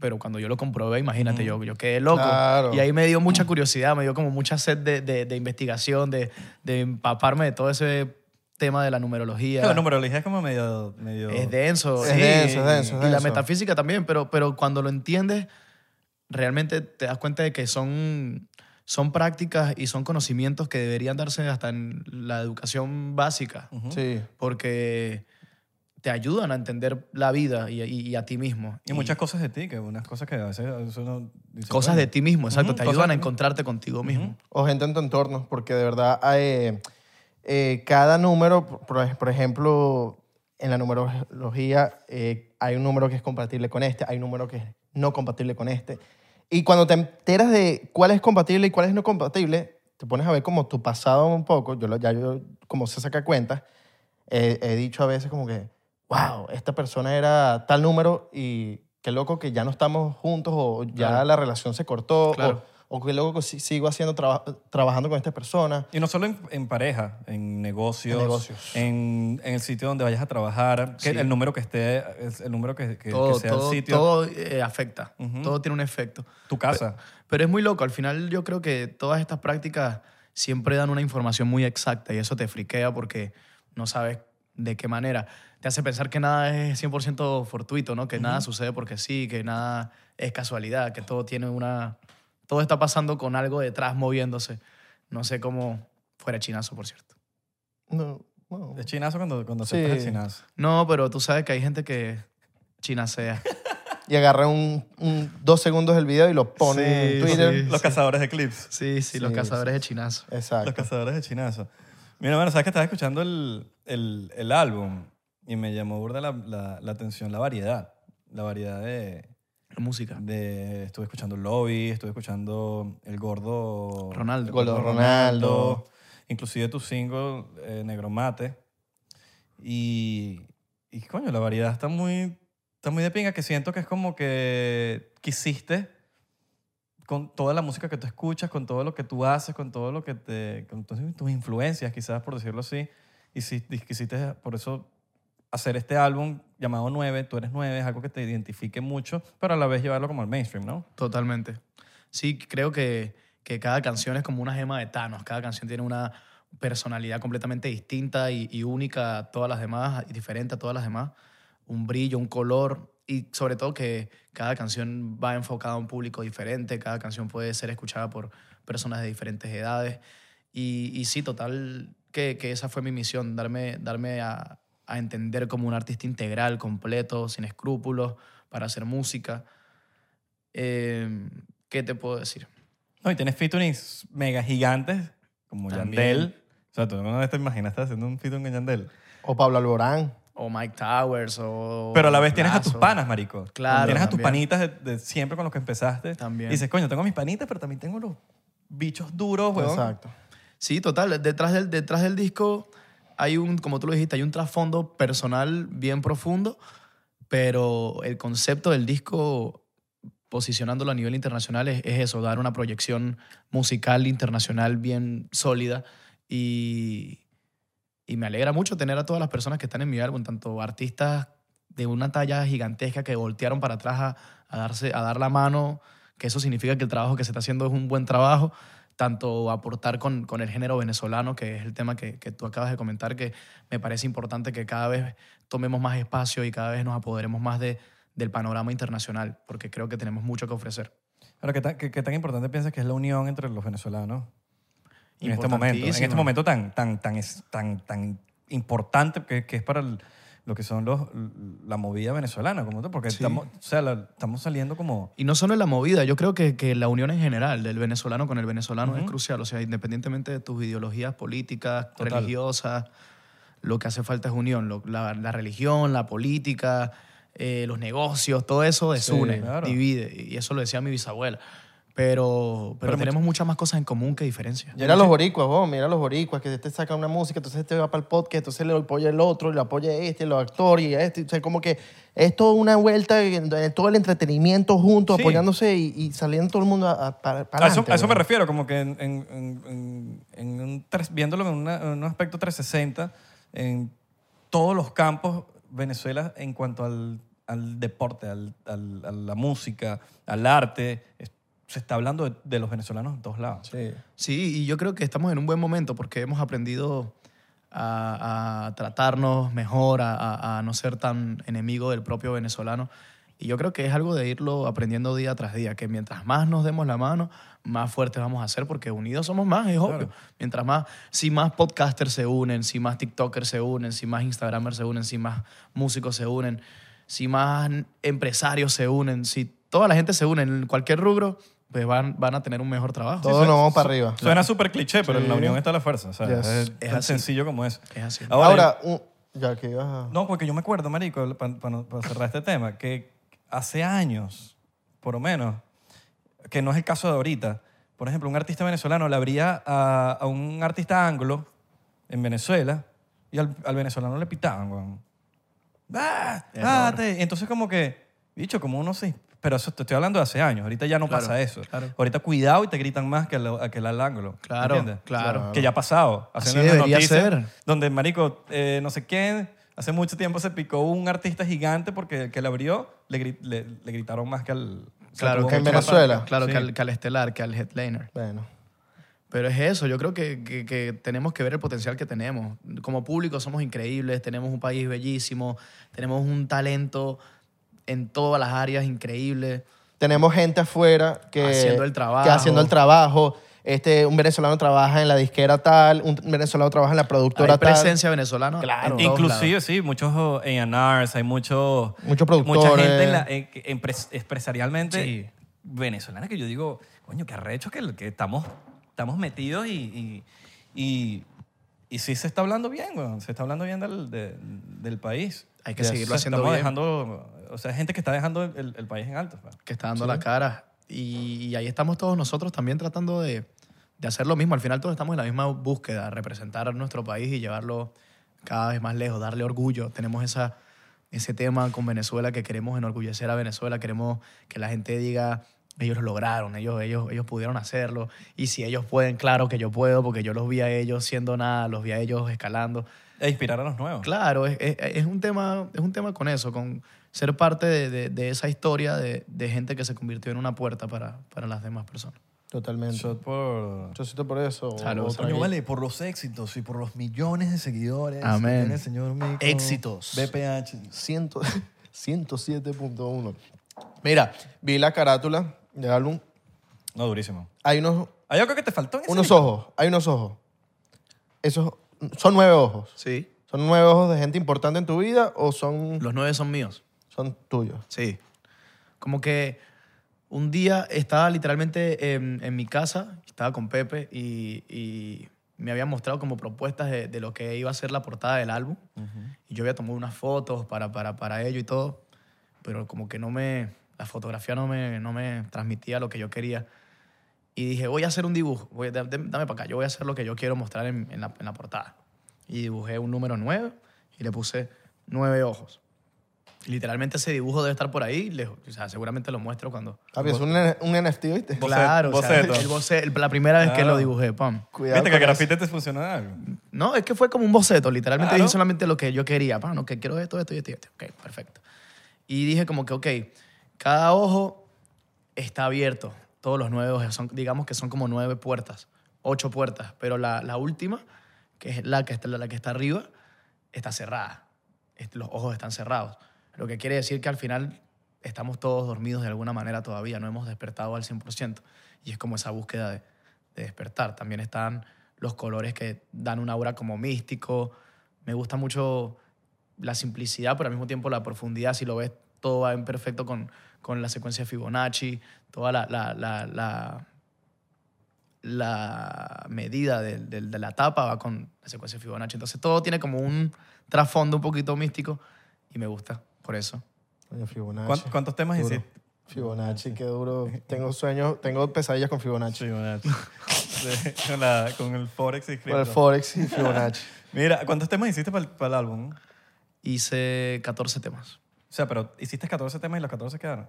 Speaker 4: Pero cuando yo lo comprobé, imagínate, yo, yo quedé loco.
Speaker 1: Claro.
Speaker 4: Y ahí me dio mucha curiosidad, me dio como mucha sed de, de- de investigación, de, de empaparme de todo ese tema de la numerología.
Speaker 2: La numerología es como medio... medio
Speaker 4: Es denso.
Speaker 1: Es
Speaker 4: sí.
Speaker 1: denso, es denso, es
Speaker 4: Y la
Speaker 1: denso.
Speaker 4: metafísica también, pero, pero cuando lo entiendes, realmente te das cuenta de que son, son prácticas y son conocimientos que deberían darse hasta en la educación básica
Speaker 2: Ujú.
Speaker 1: Sí.
Speaker 4: porque te ayudan a entender la vida y, y- y a ti mismo.
Speaker 2: Y muchas cosas de ti, que unas cosas que a veces uno dice,
Speaker 4: cosas
Speaker 2: "Coño".
Speaker 4: de ti mismo, exacto.
Speaker 2: Ujú,
Speaker 4: te
Speaker 2: cosas
Speaker 4: ayudan
Speaker 2: de
Speaker 4: a
Speaker 2: ti mismo.
Speaker 4: encontrarte contigo mismo.
Speaker 1: o gente en tu entorno, porque de verdad eh, eh, cada número, por- por, por ejemplo, en la numerología eh, hay un número que es compatible con este, hay un número que es no compatible con este. Y cuando te enteras de cuál es compatible y cuál es no compatible, te pones a ver como tu pasado un poco, yo lo- ya yo como se saca cuenta, eh, he dicho a veces como que, wow, esta persona era tal número y qué loco que ya no estamos juntos o ya
Speaker 4: Claro.
Speaker 1: la relación se cortó
Speaker 4: Claro.
Speaker 1: o, o qué loco que si- sigo haciendo traba- trabajando con esta persona.
Speaker 2: Y no solo en, en pareja, en negocios,
Speaker 1: En negocios.
Speaker 2: En, en el sitio donde vayas a trabajar, que el número que esté, es el número que, que- que
Speaker 4: Todo,
Speaker 2: sea
Speaker 4: todo,
Speaker 2: el sitio,
Speaker 4: todo, eh, afecta,
Speaker 2: Ujú.
Speaker 4: todo tiene un efecto.
Speaker 2: tu casa.
Speaker 4: Pero es muy loco, al final yo creo que todas estas prácticas siempre dan una información muy exacta y eso te friquea porque no sabes de qué manera. Te hace pensar que nada es 100% fortuito, ¿no? Que nada sucede porque sí, que nada es casualidad, que todo tiene una... Todo está pasando con algo detrás moviéndose. No sé cómo... Fuera chinazo, por cierto.
Speaker 1: No, no.
Speaker 2: Es chinazo cuando, cuando
Speaker 1: Sí.
Speaker 2: aceptas el chinazo.
Speaker 4: No, pero tú sabes que hay gente que chinasea.
Speaker 1: Y agarra un, un- dos segundos del video y lo pone
Speaker 4: Sí,
Speaker 1: en Twitter.
Speaker 4: sí.
Speaker 2: Los cazadores de clips.
Speaker 4: Sí, sí, los
Speaker 1: Sí,
Speaker 4: cazadores de chinazo.
Speaker 2: Los
Speaker 1: Exacto.
Speaker 2: cazadores de chinazo. Mira, bueno, sabes que estaba escuchando el, el, el álbum y me llamó burda la, la- la atención la variedad. La variedad de,
Speaker 4: Música.
Speaker 2: de- Estuve escuchando Lobby, estuve escuchando El Gordo.
Speaker 4: Ronaldo.
Speaker 2: El Gordo
Speaker 1: Gordo Ronaldo.
Speaker 2: Inclusive tu single, eh, Negro Mate. Y, y, coño, la variedad está muy, está muy de pinga, que siento que es como que quisiste con toda la música que tú escuchas, con todo lo que tú haces, con todo lo que te... con tus, tus influencias, quizás, por decirlo así. Y si y quisiste, por eso, hacer este álbum llamado 9, tú eres 9, es algo que te identifique mucho, pero a la vez llevarlo como al mainstream, ¿no?
Speaker 4: Totalmente. Sí, creo que, que cada canción es como una gema de Thanos, cada canción tiene una personalidad completamente distinta y, y única a todas las demás, y diferente a todas las demás, un brillo, un color y sobre todo que cada canción va enfocada a un público diferente, cada canción puede ser escuchada por personas de diferentes edades y, y sí, total, que, que esa fue mi misión, darme, darme a, a entender como un artista integral, completo, sin escrúpulos, para hacer música. Eh, ¿Qué te puedo decir?
Speaker 2: No, y tienes featurings mega gigantes, como
Speaker 4: También.
Speaker 2: Yandel. O sea, tú no te imaginaste haciendo un featuring con Yandel.
Speaker 1: O Pablo Alborán.
Speaker 4: O Mike Towers, o...
Speaker 2: Pero a la vez tienes a tus
Speaker 4: Oh, Lazo.
Speaker 2: panas, marico.
Speaker 4: Claro,
Speaker 2: Tienes a tus
Speaker 4: también.
Speaker 2: panitas de, de siempre con los que empezaste.
Speaker 4: También.
Speaker 2: Y dices, coño, tengo mis panitas, pero también tengo los bichos duros, weón.
Speaker 1: Exacto.
Speaker 4: Sí, total. Detrás del, detrás del disco hay un, como tú lo dijiste, hay un trasfondo personal bien profundo, pero el concepto del disco, posicionándolo a nivel internacional, es, es eso, dar una proyección musical internacional bien sólida. Y, y me alegra mucho tener a todas las personas que están en mi álbum, tanto artistas de una talla gigantesca que voltearon para atrás a, a darse, a dar la mano, que eso significa que el trabajo que se está haciendo es un buen trabajo, tanto aportar con, con el género venezolano, que es el tema que, que tú acabas de comentar, que me parece importante que cada vez tomemos más espacio y cada vez nos apoderemos más de, del panorama internacional, porque creo que tenemos mucho que ofrecer.
Speaker 2: Pero ¿qué tan, qué- qué tan importante piensas que es la unión entre los venezolanos en este momento? En
Speaker 4: Importantísimo.
Speaker 2: este momento tan, tan, tan, es- tan, tan importante que, que es para el- lo que son los, la movida venezolana, como tal, porque
Speaker 4: Sí.
Speaker 2: estamos, o sea, la- estamos saliendo como...
Speaker 4: Y no solo en la movida, yo creo que, que la unión en general del venezolano con el venezolano es crucial. O sea, independientemente de tus ideologías políticas,
Speaker 2: Total.
Speaker 4: religiosas, lo que hace falta es unión. Lo- la, la religión, la política, eh, los negocios, todo eso desune,
Speaker 2: claro.
Speaker 4: divide. Y eso lo decía mi bisabuela. Pero, pero,
Speaker 2: Pero
Speaker 4: tenemos muchas más cosas en común que diferencias.
Speaker 1: Mira los boricuas, vos, mira los boricuas, que te saca una música, entonces este va para el podcast, entonces le apoya el otro, y le apoya este, los actores y este. O sea, como que es toda una vuelta, en donde todo el entretenimiento junto,
Speaker 2: Sí.
Speaker 1: apoyándose y, y saliendo todo el mundo a- a- para, para
Speaker 2: A eso,
Speaker 1: adelante,
Speaker 2: a eso me
Speaker 1: weón.
Speaker 2: refiero, como que en, en- en- en- en un tres- viéndolo en, una- en un aspecto 360, en todos los campos, Venezuela en cuanto al, al deporte, al- al- a la música, al arte, es- se está hablando de, de los venezolanos en todos lados.
Speaker 4: Sí, y yo creo que estamos en un buen momento porque hemos aprendido a, a tratarnos mejor, a, a- a no ser tan enemigo del propio venezolano. Y yo creo que es algo de irlo aprendiendo día tras día, que mientras más nos demos la mano, más fuertes vamos a ser, porque unidos somos más, es obvio. Mientras más, si más podcasters se unen, si más TikTokers se unen, si más Instagramers se unen, si más músicos se unen, si más empresarios se unen, si toda la gente se une en cualquier rubro, pues van, van a tener un mejor trabajo.
Speaker 1: Todos nos vamos para arriba.
Speaker 2: Suena súper cliché, pero en la
Speaker 1: Sí.
Speaker 2: unión está la fuerza. o sea,
Speaker 1: Yes.
Speaker 2: Es,
Speaker 4: Es
Speaker 2: tan
Speaker 4: así.
Speaker 2: sencillo como eso.
Speaker 4: Es así.
Speaker 2: Ahora,
Speaker 1: Ahora, un- ya que ibas a...
Speaker 2: Ah, No, porque yo me acuerdo, marico, para cerrar este tema, que hace años, por lo menos, que no es el caso de ahorita, por ejemplo, un artista venezolano le abría a, a un artista anglo en Venezuela y al, al venezolano le pitaban, weón. ¡Ah!
Speaker 4: Error.
Speaker 2: ¡Date! Entonces como que, bicho, como uno se... Pero eso te estoy hablando de hace años, ahorita ya no
Speaker 4: Claro,
Speaker 2: pasa eso.
Speaker 4: claro.
Speaker 2: Ahorita cuidado y te gritan más que, al- que el al anglo.
Speaker 4: Claro,
Speaker 2: ¿entiendes?
Speaker 4: claro.
Speaker 2: Que ya ha pasado.
Speaker 4: Así
Speaker 2: Haciendo unas
Speaker 4: debería
Speaker 2: noticias
Speaker 4: ser.
Speaker 2: Donde, marico, eh, no sé quién, hace mucho tiempo se picó un artista gigante porque el que le abrió le, gri- le- le gritaron más que al... o sea,
Speaker 4: Claro,
Speaker 2: tuvo
Speaker 4: que en
Speaker 2: mucho más-
Speaker 1: Venezuela.
Speaker 4: Claro,
Speaker 2: Sí.
Speaker 4: que, al, que al estelar, que al headliner.
Speaker 1: Bueno.
Speaker 4: Pero es eso, yo creo que, que- que tenemos que ver el potencial que tenemos. Como público somos increíbles, tenemos un país bellísimo, tenemos un talento en todas las áreas increíble.
Speaker 1: Tenemos gente afuera que...
Speaker 4: Haciendo el trabajo.
Speaker 1: Que haciendo el trabajo. Este, un venezolano trabaja en la disquera tal, un venezolano trabaja en la productora
Speaker 4: Hay
Speaker 1: tal.
Speaker 4: presencia venezolana.
Speaker 1: Claro.
Speaker 4: en todos
Speaker 2: Inclusive,
Speaker 4: lados.
Speaker 2: sí, muchos A&Rs, hay muchos...
Speaker 1: Muchos
Speaker 2: Mucha
Speaker 1: productores.
Speaker 2: gente en la- en- que- empres- empresarialmente
Speaker 4: Sí.
Speaker 2: venezolana que yo digo, coño, qué arrecho que, que estamos, estamos metidos y, y, y, y sí se está hablando bien, weón. Se está hablando bien del, de- del país.
Speaker 4: Hay que
Speaker 2: Ya,
Speaker 4: seguirlo
Speaker 2: o sea,
Speaker 4: haciendo
Speaker 2: estamos
Speaker 4: bien.
Speaker 2: Dejando, o sea, hay gente que está dejando el, el país en alto. weón.
Speaker 4: Que está dando la cara. Y, y ahí estamos todos nosotros también tratando de, de hacer lo mismo. Al final todos estamos en la misma búsqueda, representar a nuestro país y llevarlo cada vez más lejos, darle orgullo. Tenemos esa, ese tema con Venezuela que queremos enorgullecer a Venezuela, queremos que la gente diga, ellos lo lograron, ellos, ellos, ellos pudieron hacerlo. Y si ellos pueden, claro que yo puedo, porque yo los vi a ellos siendo nada, los vi a ellos escalando.
Speaker 2: E inspirar a los nuevos.
Speaker 4: Claro, es, es- es un tema, es un tema con eso, con ser parte de, de- de esa historia de, de gente que se convirtió en una puerta para, para las demás personas.
Speaker 1: Totalmente.
Speaker 5: Shot por...
Speaker 1: Yo siento por eso. o-
Speaker 4: Salud,
Speaker 1: o
Speaker 4: salud.
Speaker 1: traguito.
Speaker 5: Coño, vale, por los éxitos y por los millones de seguidores
Speaker 4: Amén.
Speaker 5: que tiene el señor Mico.
Speaker 4: Éxitos.
Speaker 5: BPH.
Speaker 1: Ciento- 107.1. Mira, vi la carátula del álbum.
Speaker 2: No, durísimo.
Speaker 1: Hay unos,
Speaker 2: Hay algo que te faltó en ese
Speaker 1: unos
Speaker 2: disco?
Speaker 1: ojos, hay unos ojos. Esos son nueve ojos.
Speaker 4: Sí.
Speaker 1: ¿Son nueve ojos de gente importante en tu vida o son,
Speaker 4: Los nueve son míos.
Speaker 1: son tuyos?
Speaker 4: Sí. Como que un día estaba literalmente en, en mi casa, estaba con Pepe y, y me habían mostrado como propuestas de, de lo que iba a ser la portada del álbum. Y yo había tomado unas fotos para, para, para ello y todo, pero como que no me, la fotografía no me, no me transmitía lo que yo quería. Y dije, voy a hacer un dibujo, voy, da- dame para acá, yo voy a hacer lo que yo quiero mostrar en, en la, en la portada. Y dibujé un número 9 y le puse nueve ojos. Literalmente ese dibujo debe estar por ahí. le- o sea, seguramente lo muestro cuando.
Speaker 2: Ah,
Speaker 1: Papi, es un, N- un NFT, ¿viste?
Speaker 2: Boceto,
Speaker 4: claro, o sea,
Speaker 2: pues boceto.
Speaker 4: el boce- el- la primera vez que
Speaker 2: Claro.
Speaker 4: lo dibujé, pam.
Speaker 1: Cuidado
Speaker 2: Viste que
Speaker 1: con eso.
Speaker 2: grafite te funcionó de algo.
Speaker 4: No, es que fue como un boceto. Literalmente
Speaker 2: Claro.
Speaker 4: dije solamente lo que yo quería. Pam, no, que quiero esto, esto y esto, y esto. Ok, perfecto. Y dije como que, ok, cada ojo está abierto. Todos los nueve ojos son, digamos que son como nueve puertas, ocho puertas. Pero la, la última, que es la que, está, la que está arriba, está cerrada. Est- Los ojos están cerrados. Lo que quiere decir que al final estamos todos dormidos de alguna manera todavía, no hemos despertado al 100%. Y es como esa búsqueda de, de despertar. También están los colores que dan un aura como místico. Me gusta mucho la simplicidad, pero al mismo tiempo la profundidad. Si lo ves, todo va en perfecto con, con la secuencia de Fibonacci, toda la, la, la, la- la medida del- del- de, la tapa va con la secuencia de Fibonacci. Entonces todo tiene como un trasfondo un poquito místico y me gusta por eso.
Speaker 1: Coño, Fibonacci.
Speaker 2: ¿Cuán- ¿Cuántos temas
Speaker 1: Duro.
Speaker 2: hiciste?
Speaker 1: Fibonacci, qué duro. Tengo sueños, tengo pesadillas con Fibonacci.
Speaker 2: Sí, bueno, sí, con, la- con el Forex y
Speaker 1: Con el
Speaker 2: cripto.
Speaker 1: Forex y Fibonacci.
Speaker 2: Mira, ¿cuántos temas hiciste para el, para el álbum? O
Speaker 4: Hice 14 temas.
Speaker 2: sea, pero hiciste 14 temas y los 14 quedaron.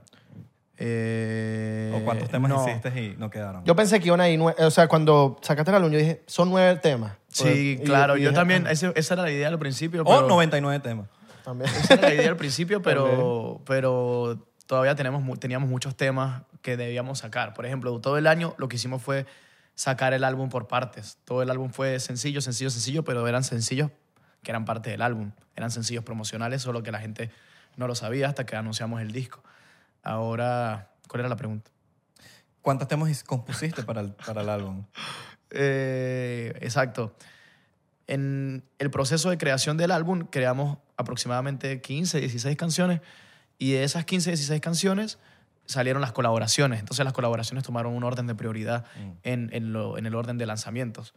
Speaker 4: Eh,
Speaker 2: ¿O cuántos temas
Speaker 4: no.
Speaker 2: hiciste y no quedaron?
Speaker 1: Yo pensé que iban a ir nueve. O sea, cuando sacaste el álbum, yo dije, son nueve temas.
Speaker 4: Sí,
Speaker 1: Pues, Y-
Speaker 4: claro.
Speaker 1: y Oh,
Speaker 4: yo
Speaker 1: dije,
Speaker 4: también,
Speaker 1: ah,
Speaker 4: ese- esa era la idea al principio.
Speaker 2: o
Speaker 4: pero-
Speaker 2: 99 temas.
Speaker 1: también.
Speaker 4: Esa era la idea al principio, pero, pero todavía tenemos, mu- teníamos muchos temas que debíamos sacar. Por ejemplo, todo el año lo que hicimos fue sacar el álbum por partes. Todo el álbum fue sencillo, sencillo, sencillo, pero eran sencillos que eran parte del álbum. Eran sencillos promocionales, solo que la gente no lo sabía hasta que anunciamos el disco. Ahora, ¿cuál era la pregunta?
Speaker 2: ¿Cuántos temas his- compusiste para el, para el álbum?
Speaker 4: Eh, exacto. En el proceso de creación del álbum creamos aproximadamente 15, 16 canciones y de esas 15, 16 canciones salieron las colaboraciones. Entonces las colaboraciones tomaron un orden de prioridad
Speaker 2: Mm.
Speaker 4: en, en lo- en el orden de lanzamientos.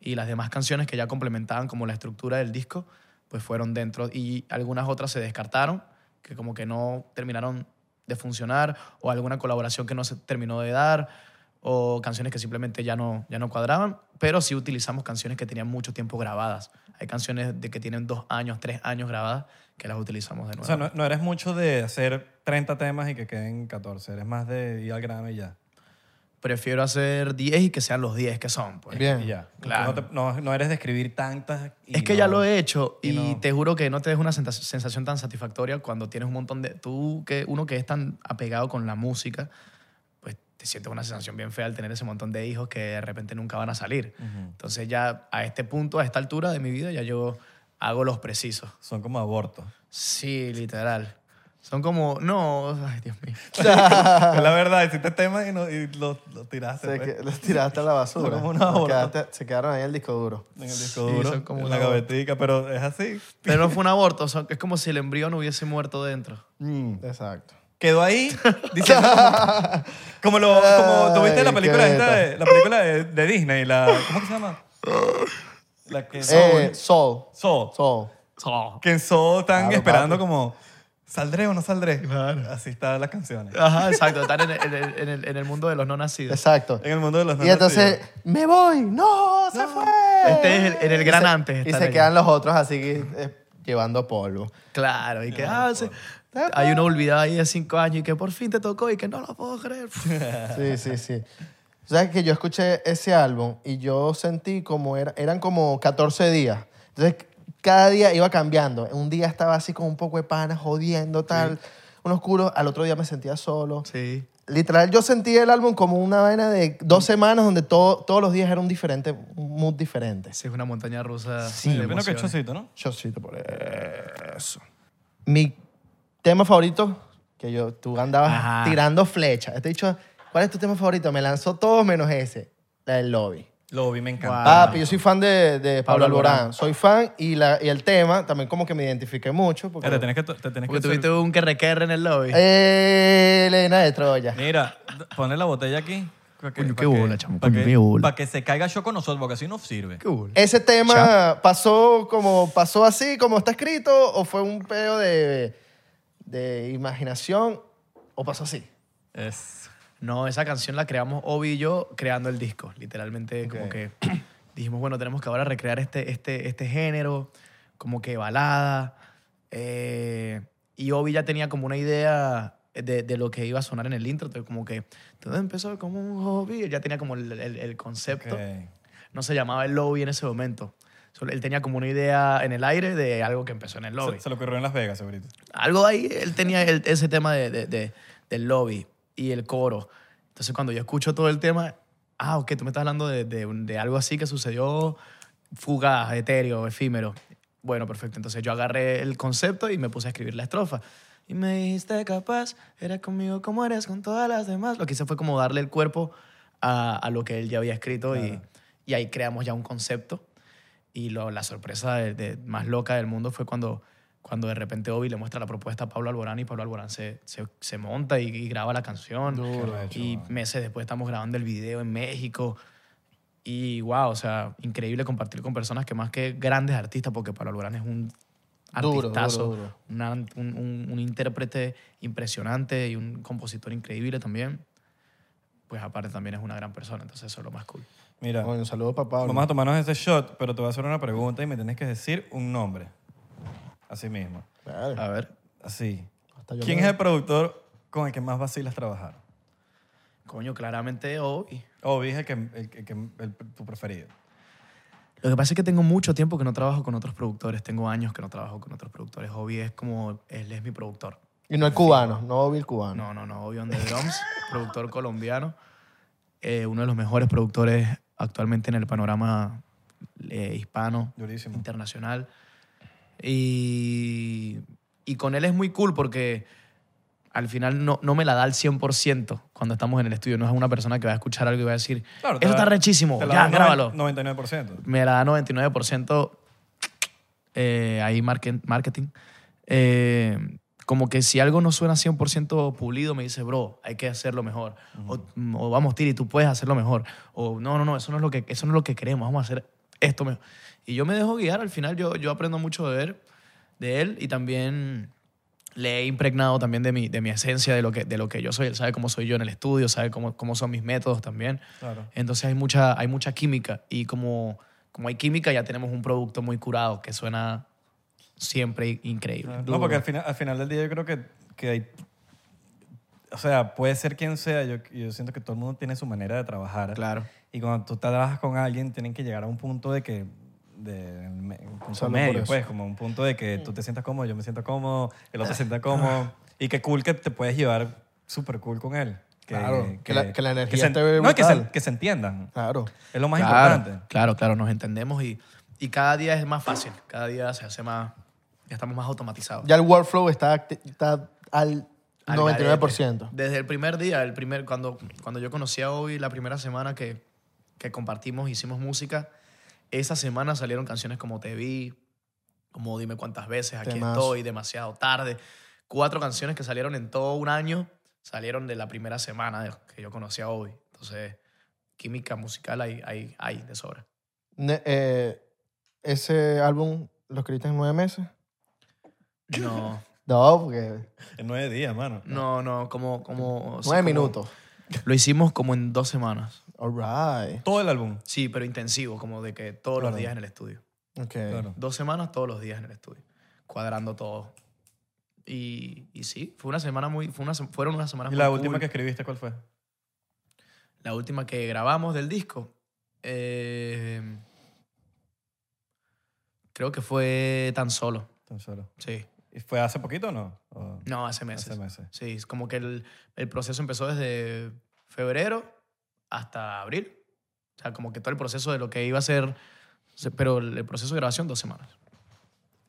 Speaker 4: Y las demás canciones que ya complementaban como la estructura del disco, pues fueron dentro y algunas otras se descartaron, que como que no terminaron de funcionar o alguna colaboración que no se terminó de dar o canciones que simplemente ya no, ya no cuadraban, pero sí utilizamos canciones que tenían mucho tiempo grabadas. Hay canciones de que tienen dos años, tres años grabadas que las utilizamos de nuevo.
Speaker 2: O sea, no, no eres mucho de hacer 30 temas y que queden 14. Eres más de ir al grano y ya.
Speaker 4: Prefiero hacer 10 y que sean los 10 que son. pues.
Speaker 1: Bien.
Speaker 2: Y ya.
Speaker 4: Claro.
Speaker 2: No, te- no- no eres de escribir tantas. y
Speaker 4: Es que
Speaker 2: no-
Speaker 4: ya lo he hecho
Speaker 2: y
Speaker 4: y,
Speaker 2: no.
Speaker 4: te juro que no te es una senta- sensación tan satisfactoria cuando tienes un montón de... Tú, que uno que es tan apegado con la música, pues te sientes una sensación bien fea al tener ese montón de hijos que de repente nunca van a salir. Entonces ya a este punto, a esta altura de mi vida, ya yo hago los precisos.
Speaker 2: Son como abortos.
Speaker 4: Sí, literal. Son como... No, ay Dios mío.
Speaker 2: es la verdad, hiciste temas y, no, y los los tiraste.
Speaker 1: Se
Speaker 2: pues.
Speaker 1: que- los tiraste a la basura.
Speaker 2: Como una
Speaker 1: Los
Speaker 2: bola.
Speaker 1: quedaste- se quedaron ahí en el disco duro.
Speaker 2: en el disco
Speaker 4: Sí,
Speaker 2: duro,
Speaker 4: son como
Speaker 2: en
Speaker 4: una
Speaker 2: la
Speaker 4: bola.
Speaker 2: gavetica, pero es así.
Speaker 4: Pero no fue un aborto, son- es como si el embrión hubiese muerto dentro. Mm.
Speaker 1: Exacto.
Speaker 2: Quedó ahí diciendo como- como lo como tuviste la
Speaker 1: Ay,
Speaker 2: película
Speaker 1: qué
Speaker 2: esta
Speaker 1: beta.
Speaker 2: de, la película de, de Disney la ¿cómo que se llama? La que
Speaker 1: Eh, Soul.
Speaker 2: Soul.
Speaker 1: Soul.
Speaker 2: Que en Soul están
Speaker 1: Claro,
Speaker 2: esperando
Speaker 1: papi.
Speaker 2: como ¿saldré o no saldré? Así están las canciones.
Speaker 4: Ajá, exacto. Están en el, en el- en el- en el mundo de los no nacidos.
Speaker 1: Exacto.
Speaker 2: En el mundo de los no
Speaker 1: Y entonces,
Speaker 2: nacidos.
Speaker 1: me voy. No, se fue.
Speaker 4: Este es el- en el gran
Speaker 1: Y se-
Speaker 4: antes
Speaker 1: Y
Speaker 4: están
Speaker 1: se
Speaker 4: ellos.
Speaker 1: quedan los otros así que, eh, llevando polvo.
Speaker 4: Claro, y que ah, sí. hay uno olvidado ahí de cinco años y que por fin te tocó y que no lo puedo creer.
Speaker 1: Sí, sí, sí. ¿Sabes que yo escuché ese álbum y yo sentí como era, eran como 14 días? Entonces, cada día iba cambiando. Un día estaba así con un poco de pana, jodiendo, tal, unos curos. Al otro día me sentía solo.
Speaker 4: Sí.
Speaker 1: literal, yo sentí el álbum como una vaina de dos semanas donde todo, todos los días era un diferente, un mood diferente.
Speaker 4: Sí, es una montaña rusa.
Speaker 1: Sí,
Speaker 4: de
Speaker 1: bueno,
Speaker 2: Menos que
Speaker 4: emociones.
Speaker 2: chocito, ¿no?
Speaker 1: Yo sí te por eso. Mi tema favorito, que yo, tú andabas
Speaker 4: Ajá.
Speaker 1: tirando flechas. Te he dicho, ¿cuál es tu tema favorito? Me lanzó todos menos ese, la del lobby.
Speaker 2: Lo vi, me encanta.
Speaker 4: Ah.
Speaker 1: Papi, yo soy fan de, de Pablo
Speaker 4: Pablo Alborán.
Speaker 1: Alborán. Soy fan y, la, y el tema también como que me identifiqué mucho. Porque,
Speaker 2: Te tenés que... Te tenés
Speaker 4: Porque
Speaker 2: que
Speaker 4: tuviste un que requerre en el lobby.
Speaker 1: Eh, Elena de Troya.
Speaker 2: Mira, ponle la botella aquí. Para
Speaker 4: Coño, qué bola, chamo,
Speaker 2: Para
Speaker 4: coño,
Speaker 2: que,
Speaker 4: qué bola.
Speaker 2: pa' que se caiga yo con nosotros, porque así no sirve.
Speaker 4: Qué cool.
Speaker 1: ¿Ese tema pasó como pasó así, como está escrito, o fue un pedo de, de imaginación, o pasó así?
Speaker 2: Es...
Speaker 4: No, esa canción la creamos Obi y yo creando el disco. Literalmente, como
Speaker 1: Ok.
Speaker 4: que dijimos, bueno, tenemos que ahora recrear este, este, este género, como que balada. eh, y Obi ya tenía como una idea de, de lo que iba a sonar en el intro. Entonces, como que todo empezó como un hobby. Él ya tenía como el, el- el concepto. No se llamaba el lobby en ese momento. Solo él tenía como una idea en el aire de algo que empezó en el lobby.
Speaker 2: Se, se lo ocurrió en Las Vegas, segurito.
Speaker 4: Algo ahí, él tenía el- ese tema de, de- de- del lobby y el coro. Entonces, cuando yo escucho todo el tema, ah, ok, tú me estás hablando de, de un- de algo así que sucedió fugaz, etéreo, efímero. Bueno, perfecto. Entonces, yo agarré el concepto y me puse a escribir la estrofa. Y me dijiste capaz, eres conmigo como eres con todas las demás. Lo que hice fue como darle el cuerpo a, a lo que él ya había escrito y, y ahí creamos ya un concepto. Y lo- la sorpresa de- de- más loca del mundo fue cuando, cuando de repente Obi le muestra la propuesta a Pablo Alborán y Pablo Alborán se, se, se monta y, y graba la canción. y meses después estamos grabando el video en México. Y wow, o sea, increíble compartir con personas que más que grandes artistas, porque Pablo Alborán es un
Speaker 1: Duro,
Speaker 4: artistazo,
Speaker 1: duro, duro.
Speaker 4: una- un, un- un intérprete impresionante y un compositor increíble también. Pues aparte también es una gran persona, entonces eso es lo más cool.
Speaker 2: Mira,
Speaker 1: Bueno, un saludo para Pablo.
Speaker 2: vamos a tomarnos ese shot, pero te voy a hacer una pregunta y me tienes que decir un nombre. Así mismo.
Speaker 1: Claro.
Speaker 4: A ver,
Speaker 2: Así.
Speaker 1: Hasta yo
Speaker 2: ¿Quién
Speaker 1: me-
Speaker 2: es el productor con el que más vacilas trabajar?
Speaker 4: coño, claramente Obi.
Speaker 2: O dije que, el, el que el- tu preferido.
Speaker 4: Lo que pasa es que tengo mucho tiempo que no trabajo con otros productores. Tengo años que no trabajo con otros productores. Obi es como, él es mi productor.
Speaker 1: Y no el cubano, no vi el cubano.
Speaker 4: No, no, no, Obi on the drums, productor colombiano. eh, uno de los mejores productores actualmente en el panorama eh, hispano,
Speaker 2: Durísimo.
Speaker 4: internacional. Y, y con él es muy cool porque al final no, no me la da al 100% cuando estamos en el estudio. No es una persona que va a escuchar algo y va a decir,
Speaker 2: Claro, te
Speaker 4: eso
Speaker 2: la-
Speaker 4: está rechísimo,
Speaker 2: te la
Speaker 4: ya,
Speaker 2: doy
Speaker 4: grábalo.
Speaker 2: 99%.
Speaker 4: me la da 99% eh, ahí marque- marketing. Eh, como que si algo no suena 100% pulido, me dice, bro, hay que hacerlo mejor. O- o, vamos, Tiri, tú puedes hacerlo mejor. O no, no, no, eso no es lo que, eso no es lo que queremos, vamos a hacer esto mejor. Y yo me dejo guiar, al final yo, yo aprendo mucho de él, de él y también le he impregnado también de mi, de mi esencia, de lo, que, de lo que yo soy. Él sabe cómo soy yo en el estudio, sabe cómo, cómo son mis métodos también.
Speaker 2: Claro.
Speaker 4: Entonces hay mucha, hay mucha química y como, como hay química ya tenemos un producto muy curado que suena siempre i- increíble.
Speaker 2: No, porque al final, al final del día yo creo que, que hay... O sea, puede ser quien sea, yo, yo siento que todo el mundo tiene su manera de trabajar.
Speaker 4: Claro.
Speaker 2: Y cuando tú trabajas con alguien, tienen que llegar a un punto de que... De, me- un punto
Speaker 1: Solo por
Speaker 2: medio,
Speaker 1: eso.
Speaker 2: pues, como un punto de que tú te sientas cómodo, yo me siento cómodo, el otro se sienta
Speaker 1: Ah.
Speaker 2: cómodo. Y qué cool que te puedes llevar súper cool con él. Que,
Speaker 1: Claro, que la- que la energía
Speaker 2: se-
Speaker 1: esté
Speaker 2: No, y que se,
Speaker 1: brutal.
Speaker 2: que se entiendan.
Speaker 1: Claro.
Speaker 2: Es lo más
Speaker 4: claro,
Speaker 2: importante.
Speaker 4: Claro, claro, nos entendemos y, y cada día es más fácil, cada día se hace más, ya estamos más automatizados.
Speaker 1: Ya el workflow está, acti- está al
Speaker 4: Al
Speaker 1: 99%.
Speaker 4: garete. Desde el primer día, el primer, cuando, cuando yo conocí a Obi, la primera semana que, que compartimos, hicimos música, esa semana salieron canciones como Te vi, como Dime cuántas veces, Aquí
Speaker 1: Temazo.
Speaker 4: estoy, Demasiado tarde. Cuatro canciones que salieron en todo un año, salieron de la primera semana de- que yo conocí a Obi. Entonces, química musical hay, hay, hay de sobra.
Speaker 1: Ne- eh, ese álbum lo escribiste en nueve meses.
Speaker 4: No,
Speaker 1: No, porque
Speaker 2: En nueve días, mano.
Speaker 4: no, no, como... como sí,
Speaker 1: nueve
Speaker 4: como-
Speaker 1: minutos.
Speaker 4: Lo hicimos como en dos semanas.
Speaker 1: All right.
Speaker 2: Todo el álbum.
Speaker 4: Sí, pero intensivo, como de que todos
Speaker 2: Claro.
Speaker 4: los días en el estudio.
Speaker 1: Ok.
Speaker 2: Claro.
Speaker 4: Dos semanas todos los días en el estudio, cuadrando todo. Y, y sí, fue una semana muy, fue una se- fueron unas semanas
Speaker 2: ¿Y
Speaker 4: muy
Speaker 2: la última
Speaker 4: cool.
Speaker 2: que escribiste cuál fue?
Speaker 4: La última que grabamos del disco, eh, creo que fue Tan Solo,
Speaker 2: Tan solo.
Speaker 4: sí.
Speaker 2: ¿Y ¿Y ¿Fue hace poquito o no? O-
Speaker 4: No, hace meses.
Speaker 2: Hace meses.
Speaker 4: Sí, es como que el, el proceso empezó desde febrero hasta abril. O sea, como que todo el proceso de lo que iba a ser, se- pero el el proceso de grabación dos semanas.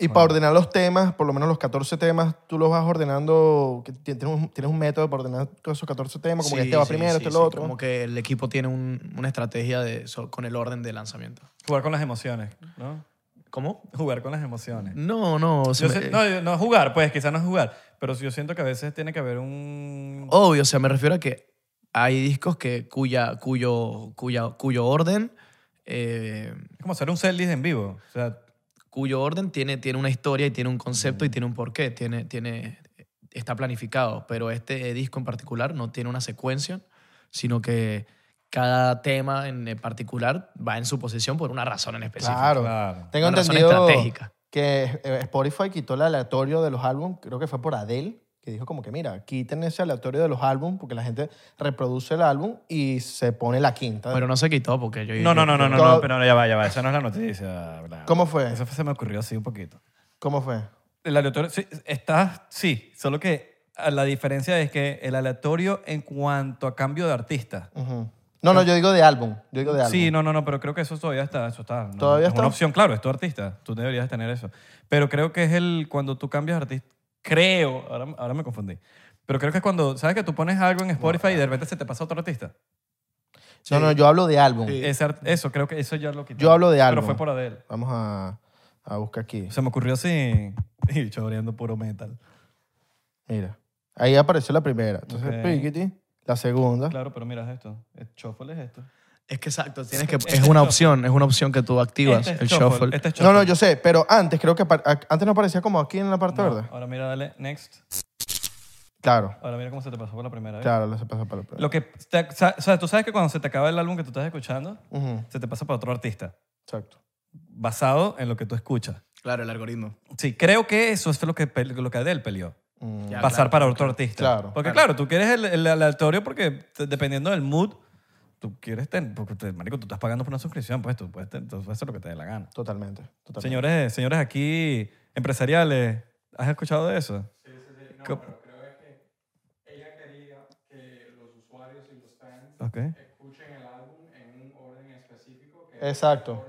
Speaker 1: Y para ordenar los temas, por lo menos los 14 temas, tú los vas ordenando, que ti- tienes un, tienes un método para ordenar todos esos 14 temas, como que
Speaker 4: Sí,
Speaker 1: este va
Speaker 4: sí,
Speaker 1: primero,
Speaker 4: sí,
Speaker 1: este
Speaker 4: sí,
Speaker 1: lo otro.
Speaker 4: Como que el equipo tiene un- una estrategia de, so- con el orden de lanzamiento.
Speaker 2: Jugar con las emociones, ¿no?
Speaker 4: ¿Cómo?
Speaker 2: Jugar con las emociones.
Speaker 4: No, no. se
Speaker 2: Yo
Speaker 4: me-
Speaker 2: sé- no, yo- no jugar, pues quizás no es jugar, pero yo siento que a veces tiene que haber un...
Speaker 4: Obvio, o sea, me refiero a que hay discos que cuya, cuyo, cuya, cuyo orden... eh,
Speaker 2: Es como hacer un setlist en vivo. O sea,
Speaker 4: cuyo orden tiene, tiene una historia y tiene un concepto
Speaker 2: Mm.
Speaker 4: y tiene un porqué, tiene, tiene, está planificado, pero este disco en particular no tiene una secuencia, sino que cada tema en particular va en su posición por una razón en específico.
Speaker 1: Claro.
Speaker 2: claro.
Speaker 1: Tengo
Speaker 4: Una razón
Speaker 1: entendido
Speaker 4: estratégica.
Speaker 1: que eh, Spotify quitó el aleatorio de los álbumes, creo que fue por Adele, que dijo como que, mira, quiten ese aleatorio de los álbumes porque la gente reproduce el álbum y se pone la quinta.
Speaker 4: Pero no se quitó porque yo...
Speaker 2: No, no, no, no, no,
Speaker 1: Todo-
Speaker 2: no, pero ya va, ya va. Esa no es la noticia. bla.
Speaker 1: ¿Cómo fue?
Speaker 2: Eso se me ocurrió así un poquito.
Speaker 1: ¿Cómo fue?
Speaker 2: El aleatorio, sí, está, sí, solo que ah, la diferencia es que el aleatorio en cuanto a cambio de artista.
Speaker 1: Ujú. No, no, yo digo de álbum. Yo digo de álbum.
Speaker 2: Sí, no, no, no, pero creo que eso todavía está, eso está. no,
Speaker 1: ¿Todavía
Speaker 2: es
Speaker 1: está?
Speaker 2: una opción, claro, es tu artista, tú deberías tener eso. Pero creo que es el cuando tú cambias artista, creo, ahora, ahora me confundí. Pero creo que es cuando, ¿sabes que tú pones algo en Spotify y de repente se te pasa otro artista?
Speaker 1: No, no, yo hablo de álbum.
Speaker 4: Sí.
Speaker 2: Ese art- eso, creo que eso ya lo quité.
Speaker 1: Yo hablo de
Speaker 2: Pero
Speaker 1: álbum.
Speaker 2: fue por Adele.
Speaker 1: Vamos a, a buscar aquí.
Speaker 2: Se me ocurrió así y choreando puro metal.
Speaker 1: Mira. Ahí apareció la primera. Entonces,
Speaker 2: Ok.
Speaker 1: Pikiti, la segunda.
Speaker 2: Claro, pero mira esto. El shuffle es esto.
Speaker 4: Es que exacto, tienes que, es una opción, es una opción que tú activas,
Speaker 2: Este es
Speaker 4: el shuffle.
Speaker 2: Este es
Speaker 1: No, no, yo sé, pero antes creo que apar- a- antes no aparecía como aquí en la parte
Speaker 2: No,
Speaker 1: verde.
Speaker 2: Ahora mira, dale next.
Speaker 1: Claro,
Speaker 2: Ahora mira cómo se te pasó por la primera vez.
Speaker 1: claro, se pasa para la primera.
Speaker 2: Lo que, te- o sea, o sea, tú sabes que cuando se te acaba el álbum que tú estás escuchando,
Speaker 1: Ujú,
Speaker 2: se te pasa para otro artista,
Speaker 1: exacto.
Speaker 2: basado en lo que tú escuchas.
Speaker 4: Claro, el algoritmo.
Speaker 2: Sí, creo que eso es lo que, pe- lo que Adele peleó.
Speaker 1: Mm,
Speaker 4: Ya,
Speaker 2: pasar
Speaker 4: claro,
Speaker 2: para otro artista.
Speaker 1: Claro.
Speaker 2: Porque claro, tú quieres el, el aleatorio porque te- dependiendo del mood, tú quieres tener... Porque, te- marico, tú estás pagando por una suscripción, pues tú puedes, ten- tú puedes hacer lo que te dé la gana.
Speaker 1: Totalmente, totalmente.
Speaker 2: Señores, señores aquí, empresariales, ¿has escuchado de eso? Sí, sí, sí. No, pero creo que ella quería que los usuarios y los fans...
Speaker 1: Exacto.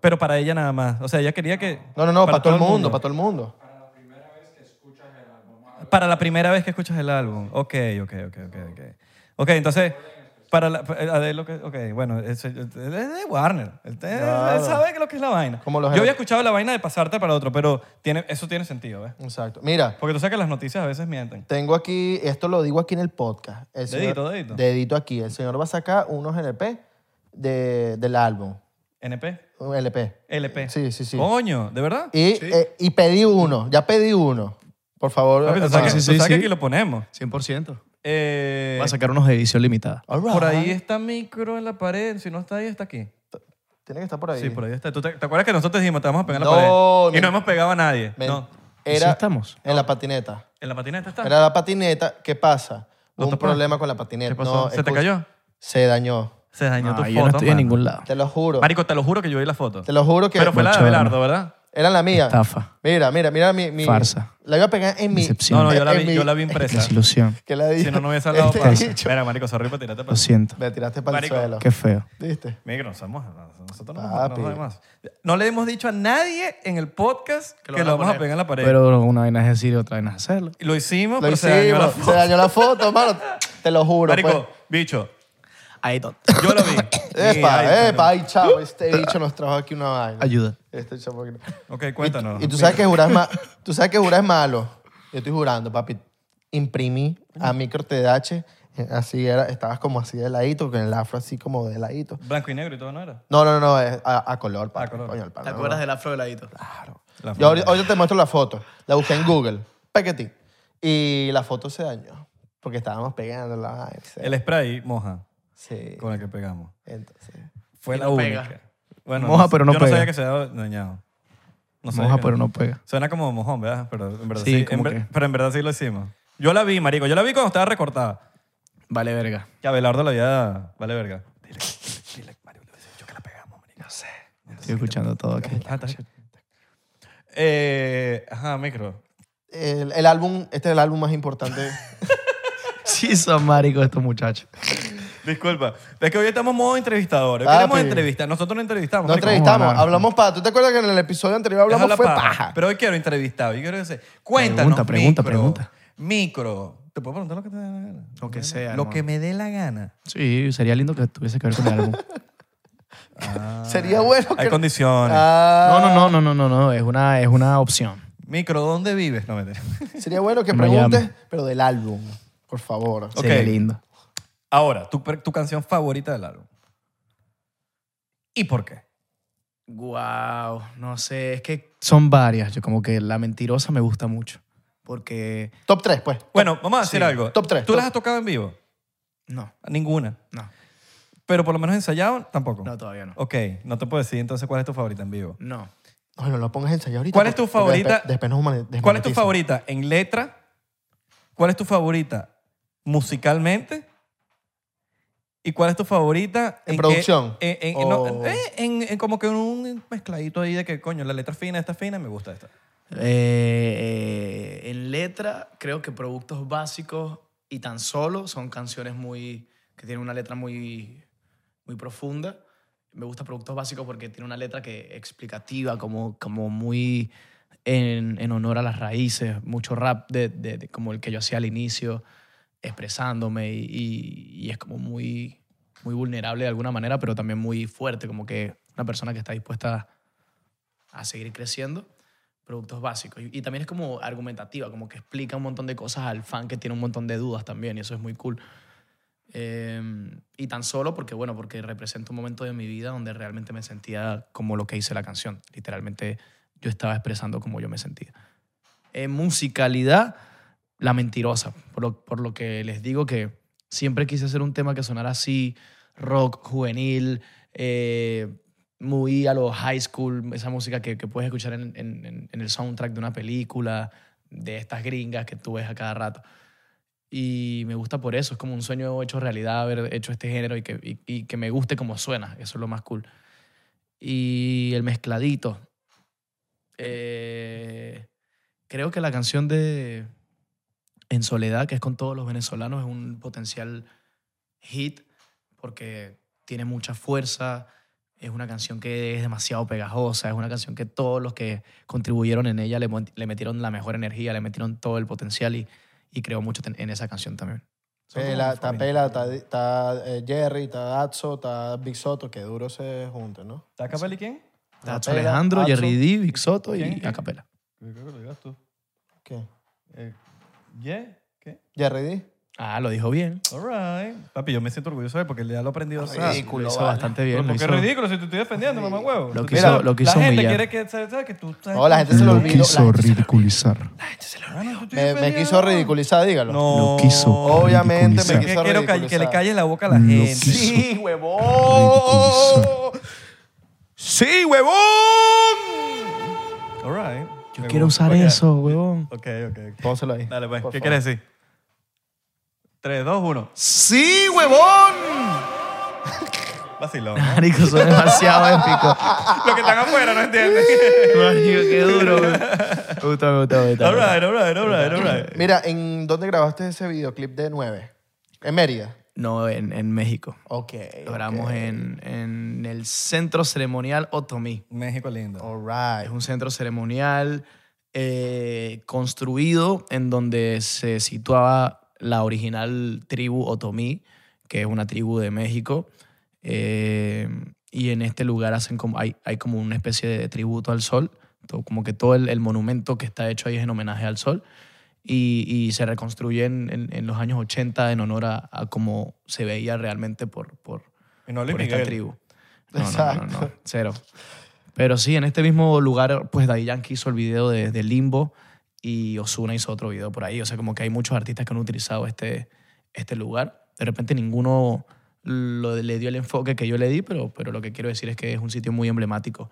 Speaker 2: Pero para ella nada más. O sea, ella quería que...
Speaker 1: No, no, no, para, todo el mundo, para todo el mundo.
Speaker 2: Para la primera vez que escuchas el álbum. Ok, ok, ok, ok. Ok, Ok, entonces... Para la, pa- Adele lo que, ok, bueno, es, es- es de Warner. Él, te- él sabe lo que es la vaina.
Speaker 1: Como los-
Speaker 2: Yo había escuchado la vaina de pasarte para otro, pero tiene, eso tiene sentido, ¿ves?
Speaker 1: Exacto. Mira,
Speaker 2: Porque tú sabes que las noticias a veces mienten.
Speaker 1: tengo aquí, esto lo digo aquí en el podcast. El señor-
Speaker 2: Dedito, dedito.
Speaker 1: Dedito aquí. El señor va a sacar unos LP de, del álbum.
Speaker 2: ¿NP?
Speaker 1: Un LP.
Speaker 2: LP.
Speaker 1: Sí, sí, sí.
Speaker 2: Coño, ¿de verdad?
Speaker 1: Y, eh, y pedí uno, ya pedí uno. Por favor.
Speaker 2: Papi, Ah, pues, tú
Speaker 1: hermano.
Speaker 2: sabes, que-
Speaker 4: sí,
Speaker 2: tú
Speaker 4: sí,
Speaker 2: sabes que
Speaker 4: sí.
Speaker 2: aquí lo ponemos.
Speaker 4: 100%.
Speaker 2: Eh,
Speaker 4: Va a sacar unos de edición limitada.
Speaker 1: All right.
Speaker 2: por ahí está micro en la pared. Si no está ahí, está aquí.
Speaker 1: Tiene que estar por ahí.
Speaker 2: Sí, por ahí está. ¿Tú te, te acuerdas que nosotros dijimos, te vamos a pegar en
Speaker 1: No,
Speaker 2: la pared?
Speaker 1: men-
Speaker 2: y no hemos pegado a nadie.
Speaker 1: Men-
Speaker 2: No.
Speaker 1: Era
Speaker 4: Sí estamos.
Speaker 1: en la patineta.
Speaker 2: ¿En la patineta está?
Speaker 1: Era la patineta. ¿Qué pasa? Hubo
Speaker 2: ¿No
Speaker 1: un
Speaker 2: te puedes?
Speaker 1: problema con la patineta.
Speaker 2: ¿Qué pasó?
Speaker 1: No,
Speaker 2: ¿Se te
Speaker 1: escucha,
Speaker 2: cayó?
Speaker 1: Se dañó.
Speaker 2: Se dañó
Speaker 4: No,
Speaker 2: tu
Speaker 4: Ah, yo
Speaker 2: foto,
Speaker 4: no estoy en
Speaker 2: mano.
Speaker 4: ningún lado.
Speaker 1: Te lo juro.
Speaker 2: Marico, te lo juro que yo vi la foto.
Speaker 1: Te lo juro que
Speaker 2: Pero fue la de
Speaker 4: Mucho,
Speaker 2: Abelardo, ¿verdad?
Speaker 1: era la mía.
Speaker 4: Estafa.
Speaker 1: Mira, mira, mira mi, mi-
Speaker 4: Farsa.
Speaker 1: La iba a pegar en mi
Speaker 4: Decepción. Sí,
Speaker 2: No, no, yo
Speaker 1: en
Speaker 2: la vi,
Speaker 1: mi-
Speaker 2: yo la vi impresa.
Speaker 4: Desilusión.
Speaker 1: que la di-
Speaker 2: Si no, no hubiese hablado
Speaker 1: este
Speaker 2: para
Speaker 1: bicho.
Speaker 2: Mira, marico, sorry para tirarte para
Speaker 4: Lo siento.
Speaker 1: Me tiraste para el
Speaker 2: Marico.
Speaker 1: suelo.
Speaker 4: Qué feo.
Speaker 1: ¿Viste?
Speaker 2: Migro, no somos, nosotros no,
Speaker 1: Papi.
Speaker 2: somos no, además. no le hemos dicho a nadie en el podcast que
Speaker 4: lo
Speaker 2: lo,
Speaker 4: van a
Speaker 2: vamos a
Speaker 4: poner.
Speaker 2: pegar en la pared.
Speaker 4: Pero una vaina es decir y otra vaina es hacerlo.
Speaker 2: lo hicimos,
Speaker 1: Lo
Speaker 2: pero
Speaker 1: hicimos.
Speaker 2: se dañó la foto.
Speaker 1: foto, mano. Te lo juro.
Speaker 2: Marico,
Speaker 1: pues.
Speaker 2: bicho,
Speaker 4: Ahí todo.
Speaker 2: yo lo vi.
Speaker 1: Epa,
Speaker 2: Y ahí-
Speaker 1: epa, ay, chavo, este bicho nos trajo aquí una vaina.
Speaker 4: Ayuda.
Speaker 1: Este chavo aquí.
Speaker 2: Ok, cuéntanos.
Speaker 1: Y tú sabes que jurar es, ma- tú sabes que jurar es malo. Yo estoy jurando, papi. Imprimí a micro TDH, eh, así era, estabas como así de ladito, con el afro así como de ladito.
Speaker 2: Blanco y negro y todo, ¿no era?
Speaker 1: No, no, no, no, es a, a color, papi.
Speaker 2: A color.
Speaker 1: Coño, el pana,
Speaker 4: ¿Te
Speaker 1: no,
Speaker 4: acuerdas
Speaker 1: no.
Speaker 4: del afro de ladito?
Speaker 2: La
Speaker 1: Yo
Speaker 2: foto.
Speaker 1: ahorita, ahorita te muestro la foto. La busqué en Google. Pequetín. Y la foto se dañó. Porque estábamos pegándola. ay, sí.
Speaker 2: El spray moja
Speaker 1: Sí.
Speaker 2: con el que pegamos.
Speaker 1: Entonces.
Speaker 2: Fue
Speaker 4: Y
Speaker 2: la
Speaker 4: no
Speaker 2: única.
Speaker 4: pega.
Speaker 2: Bueno,
Speaker 4: Moja,
Speaker 2: sé-
Speaker 4: pero no
Speaker 2: yo
Speaker 4: pega.
Speaker 2: no sabía que se había dañado. No eh. sabía
Speaker 4: Moja,
Speaker 2: que-
Speaker 4: pero no pega.
Speaker 2: Suena como mojón, ¿verdad? Pero en verdad
Speaker 4: Sí,
Speaker 2: sí,
Speaker 4: como
Speaker 2: en ver-
Speaker 4: que-
Speaker 2: pero en verdad sí lo hicimos. Yo la vi, marico. Yo la vi cuando estaba recortada.
Speaker 4: Vale, verga.
Speaker 2: Que Abelardo la había... Vale, verga. Dile, dile, Mario, le hubiese dicho que la pegamos, marico. No sé.
Speaker 4: Estoy escuchando todo aquí.
Speaker 2: Ah, está- Eh, ajá, micro.
Speaker 1: El, el álbum, este es el álbum más importante.
Speaker 4: Sí, son maricos estos muchachos.
Speaker 2: Disculpa. Es que hoy estamos modo entrevistadores. Hoy
Speaker 1: Papi.
Speaker 2: Queremos entrevistar. Nosotros no entrevistamos.
Speaker 1: No
Speaker 2: marico.
Speaker 1: entrevistamos,
Speaker 4: Vamos a hablar.
Speaker 1: hablamos paja. ¿Tú te acuerdas que en el episodio anterior
Speaker 2: Deja
Speaker 1: hablamos
Speaker 2: la
Speaker 1: fue
Speaker 2: paja.
Speaker 1: paja?
Speaker 2: Pero hoy quiero entrevistado. Yo quiero que se... Cuéntanos,
Speaker 4: Pregunta, pregunta,
Speaker 2: micro,
Speaker 4: pregunta.
Speaker 2: Micro. ¿Te puedo preguntar lo que te dé la gana?
Speaker 4: Lo que sea,
Speaker 2: Lo
Speaker 4: hermano.
Speaker 2: que me dé la gana.
Speaker 4: Sí, sería lindo que tuviese que ver con el álbum.
Speaker 1: Sería bueno
Speaker 2: Ah, Hay
Speaker 1: que...
Speaker 2: condiciones.
Speaker 1: Ah,
Speaker 4: No, no, no, no, no, no, no. Es una, es una opción.
Speaker 2: Micro, ¿dónde vives? No, mentira.
Speaker 1: Sería bueno que
Speaker 4: En Miami.
Speaker 1: preguntes, pero del álbum, por favor.
Speaker 2: Ok.
Speaker 4: Sería lindo.
Speaker 2: Ahora, tu, per- tu canción favorita del álbum. ¿Y por qué?
Speaker 4: Wow, no sé, es que son varias. Yo como que la mentirosa me gusta mucho. Porque
Speaker 1: Top 3, pues.
Speaker 2: Bueno, vamos a decir
Speaker 4: Sí.
Speaker 2: algo.
Speaker 1: Top tres,
Speaker 2: ¿Tú
Speaker 1: top-
Speaker 2: las has tocado en vivo?
Speaker 4: no,
Speaker 2: Ninguna.
Speaker 4: no,
Speaker 2: Pero por lo menos ensayado, tampoco.
Speaker 4: no, todavía no.
Speaker 2: Ok, no te puedo decir entonces cuál es tu favorita en vivo.
Speaker 4: No.
Speaker 1: No, no lo pongas a ensayar ahorita.
Speaker 2: ¿Cuál es tu
Speaker 1: porque- porque
Speaker 2: favorita?
Speaker 1: despe- Después, nos humani-
Speaker 2: ¿Cuál es tu
Speaker 1: desmonetizan.
Speaker 2: favorita en letra? ¿Cuál es tu favorita musicalmente? ¿Y cuál es tu favorita
Speaker 1: ¿En
Speaker 2: que-
Speaker 1: producción?
Speaker 2: en- en- no,
Speaker 1: ¿O-
Speaker 2: eh, en- en como que un mezcladito ahí de que, coño, la letra fina, esta fina, me gusta esta.
Speaker 4: Eh, eh, en letra, creo que productos básicos y tan solo son canciones muy que tienen una letra muy, muy profunda. Me gusta productos básicos porque tiene una letra que explicativa, como, como muy en, en honor a las raíces, mucho rap de, de- de como el que yo hacía al inicio, expresándome y, y- y es como muy, muy vulnerable de alguna manera, pero también muy fuerte, como que una persona que está dispuesta a seguir creciendo productos básicos. Y, y también es como argumentativa, como que explica un montón de cosas al fan que tiene un montón de dudas también, y eso es muy cool. Eh, y tan solo porque, bueno, porque representa un momento de mi vida donde realmente me sentía como lo que hice la canción. Literalmente yo estaba expresando como yo me sentía. En musicalidad, la mentirosa, por lo, por lo que les digo que siempre quise hacer un tema que sonara así, rock, juvenil, eh, muy a los high school, esa música que, que puedes escuchar en, en- en- en el soundtrack de una película, de estas gringas que tú ves a cada rato. Y me gusta por eso, es como un sueño hecho realidad haber hecho este género y que, y- y que me guste como suena, eso es lo más cool. Y el mezcladito. Eh, creo que la canción de En Soledad, que es con todos los venezolanos, es un potencial hit porque tiene mucha fuerza, es una canción que es demasiado pegajosa, es una canción que todos los que contribuyeron en ella le, mon- le metieron la mejor energía, le metieron todo el potencial y, y creo mucho ten- en esa canción también. Son como
Speaker 1: Pela,
Speaker 4: mis
Speaker 1: está
Speaker 4: favoritas.
Speaker 1: Pela, está, está, eh, Jerry, está Atso, está Big Soto, que duro se juntan, ¿no?
Speaker 2: ¿Taca Peli quién?
Speaker 4: Está
Speaker 1: Atzo
Speaker 4: Atzo Alejandro,
Speaker 1: Atzo.
Speaker 4: Jerry D, Big Soto
Speaker 2: ¿Quién?
Speaker 4: y
Speaker 2: ¿Quién?
Speaker 4: Acapela.
Speaker 2: Creo que lo digas tú.
Speaker 1: ¿Qué?
Speaker 2: Eh, yeah, ¿qué?
Speaker 1: Jerry D.
Speaker 4: Ah, lo dijo bien.
Speaker 2: All right. Papi, yo me siento orgulloso de él porque ya lo he aprendido.
Speaker 1: Ay,
Speaker 2: ¿sabes?
Speaker 1: Ah, Ridículo,
Speaker 4: lo hizo
Speaker 1: vale.
Speaker 4: bastante bien.
Speaker 2: Pero
Speaker 4: Lo
Speaker 2: porque
Speaker 4: hizo.
Speaker 2: es ridículo si te estoy defendiendo, mamá huevo.
Speaker 4: Lo
Speaker 2: Tú-
Speaker 4: quiso- lo quiso
Speaker 2: la gente quiere
Speaker 4: humillar.
Speaker 2: que, ¿sabes? ¿sabes? que tú...
Speaker 1: No, la gente se lo olvidó. la gente se-
Speaker 4: ridiculizar.
Speaker 2: Ah, no, yo estoy
Speaker 1: me, me
Speaker 2: defendiendo.
Speaker 1: quiso ridiculizar, dígalo.
Speaker 2: No.
Speaker 4: Lo quiso
Speaker 1: Obviamente me
Speaker 2: Me
Speaker 1: quiso
Speaker 2: que quiero ca- que le
Speaker 1: ridiculizar.
Speaker 2: calle la boca a la
Speaker 4: Lo
Speaker 2: gente.
Speaker 4: quiso.
Speaker 1: Sí, huevón.
Speaker 3: ¡Sí, huevón!
Speaker 2: All right.
Speaker 4: Yo
Speaker 2: Me
Speaker 4: quiero
Speaker 2: gusta.
Speaker 4: usar
Speaker 2: Ok.
Speaker 4: eso, huevón.
Speaker 2: Ok, ok.
Speaker 1: Pónselo ahí.
Speaker 2: Dale, pues.
Speaker 1: por
Speaker 2: ¿Qué
Speaker 1: favor.
Speaker 2: quieres decir? 3, 2, 1.
Speaker 3: ¡Sí, huevón!
Speaker 2: Vacilón. ¿no?
Speaker 4: Marico, son demasiado épico.
Speaker 2: Los que están afuera no entienden.
Speaker 4: Marico, qué duro, güey. Me gusta, me gusta, me gusta.
Speaker 2: All right, all right, all right, all right.
Speaker 1: Mira, ¿en dónde grabaste ese videoclip de 9? En Mérida.
Speaker 4: No, en, en México.
Speaker 1: Ok.
Speaker 4: Lo grabamos
Speaker 1: ok.
Speaker 4: en, en el Centro Ceremonial Otomí.
Speaker 2: México lindo.
Speaker 1: All
Speaker 4: Es
Speaker 1: right.
Speaker 4: un centro ceremonial eh, construido en donde se situaba la original tribu Otomí, que es una tribu de México. Eh, y en este lugar hacen como, hay, hay como una especie de tributo al sol, to- como que todo el, el monumento que está hecho ahí es en homenaje al sol. Y, y se reconstruye en, en- en los años 80 en honor a, a cómo se veía realmente por, por,
Speaker 2: Y no le
Speaker 4: por esta
Speaker 2: Miguel.
Speaker 4: tribu. No, no,
Speaker 1: Exacto.
Speaker 4: no, no, no, cero. Pero sí, en este mismo lugar, pues Daddy Yankee hizo el video de, de Limbo y Osuna hizo otro video por ahí. O sea, como que hay muchos artistas que han utilizado este, este lugar. De repente ninguno lo- le dio el enfoque que yo le di, pero, pero lo que quiero decir es que es un sitio muy emblemático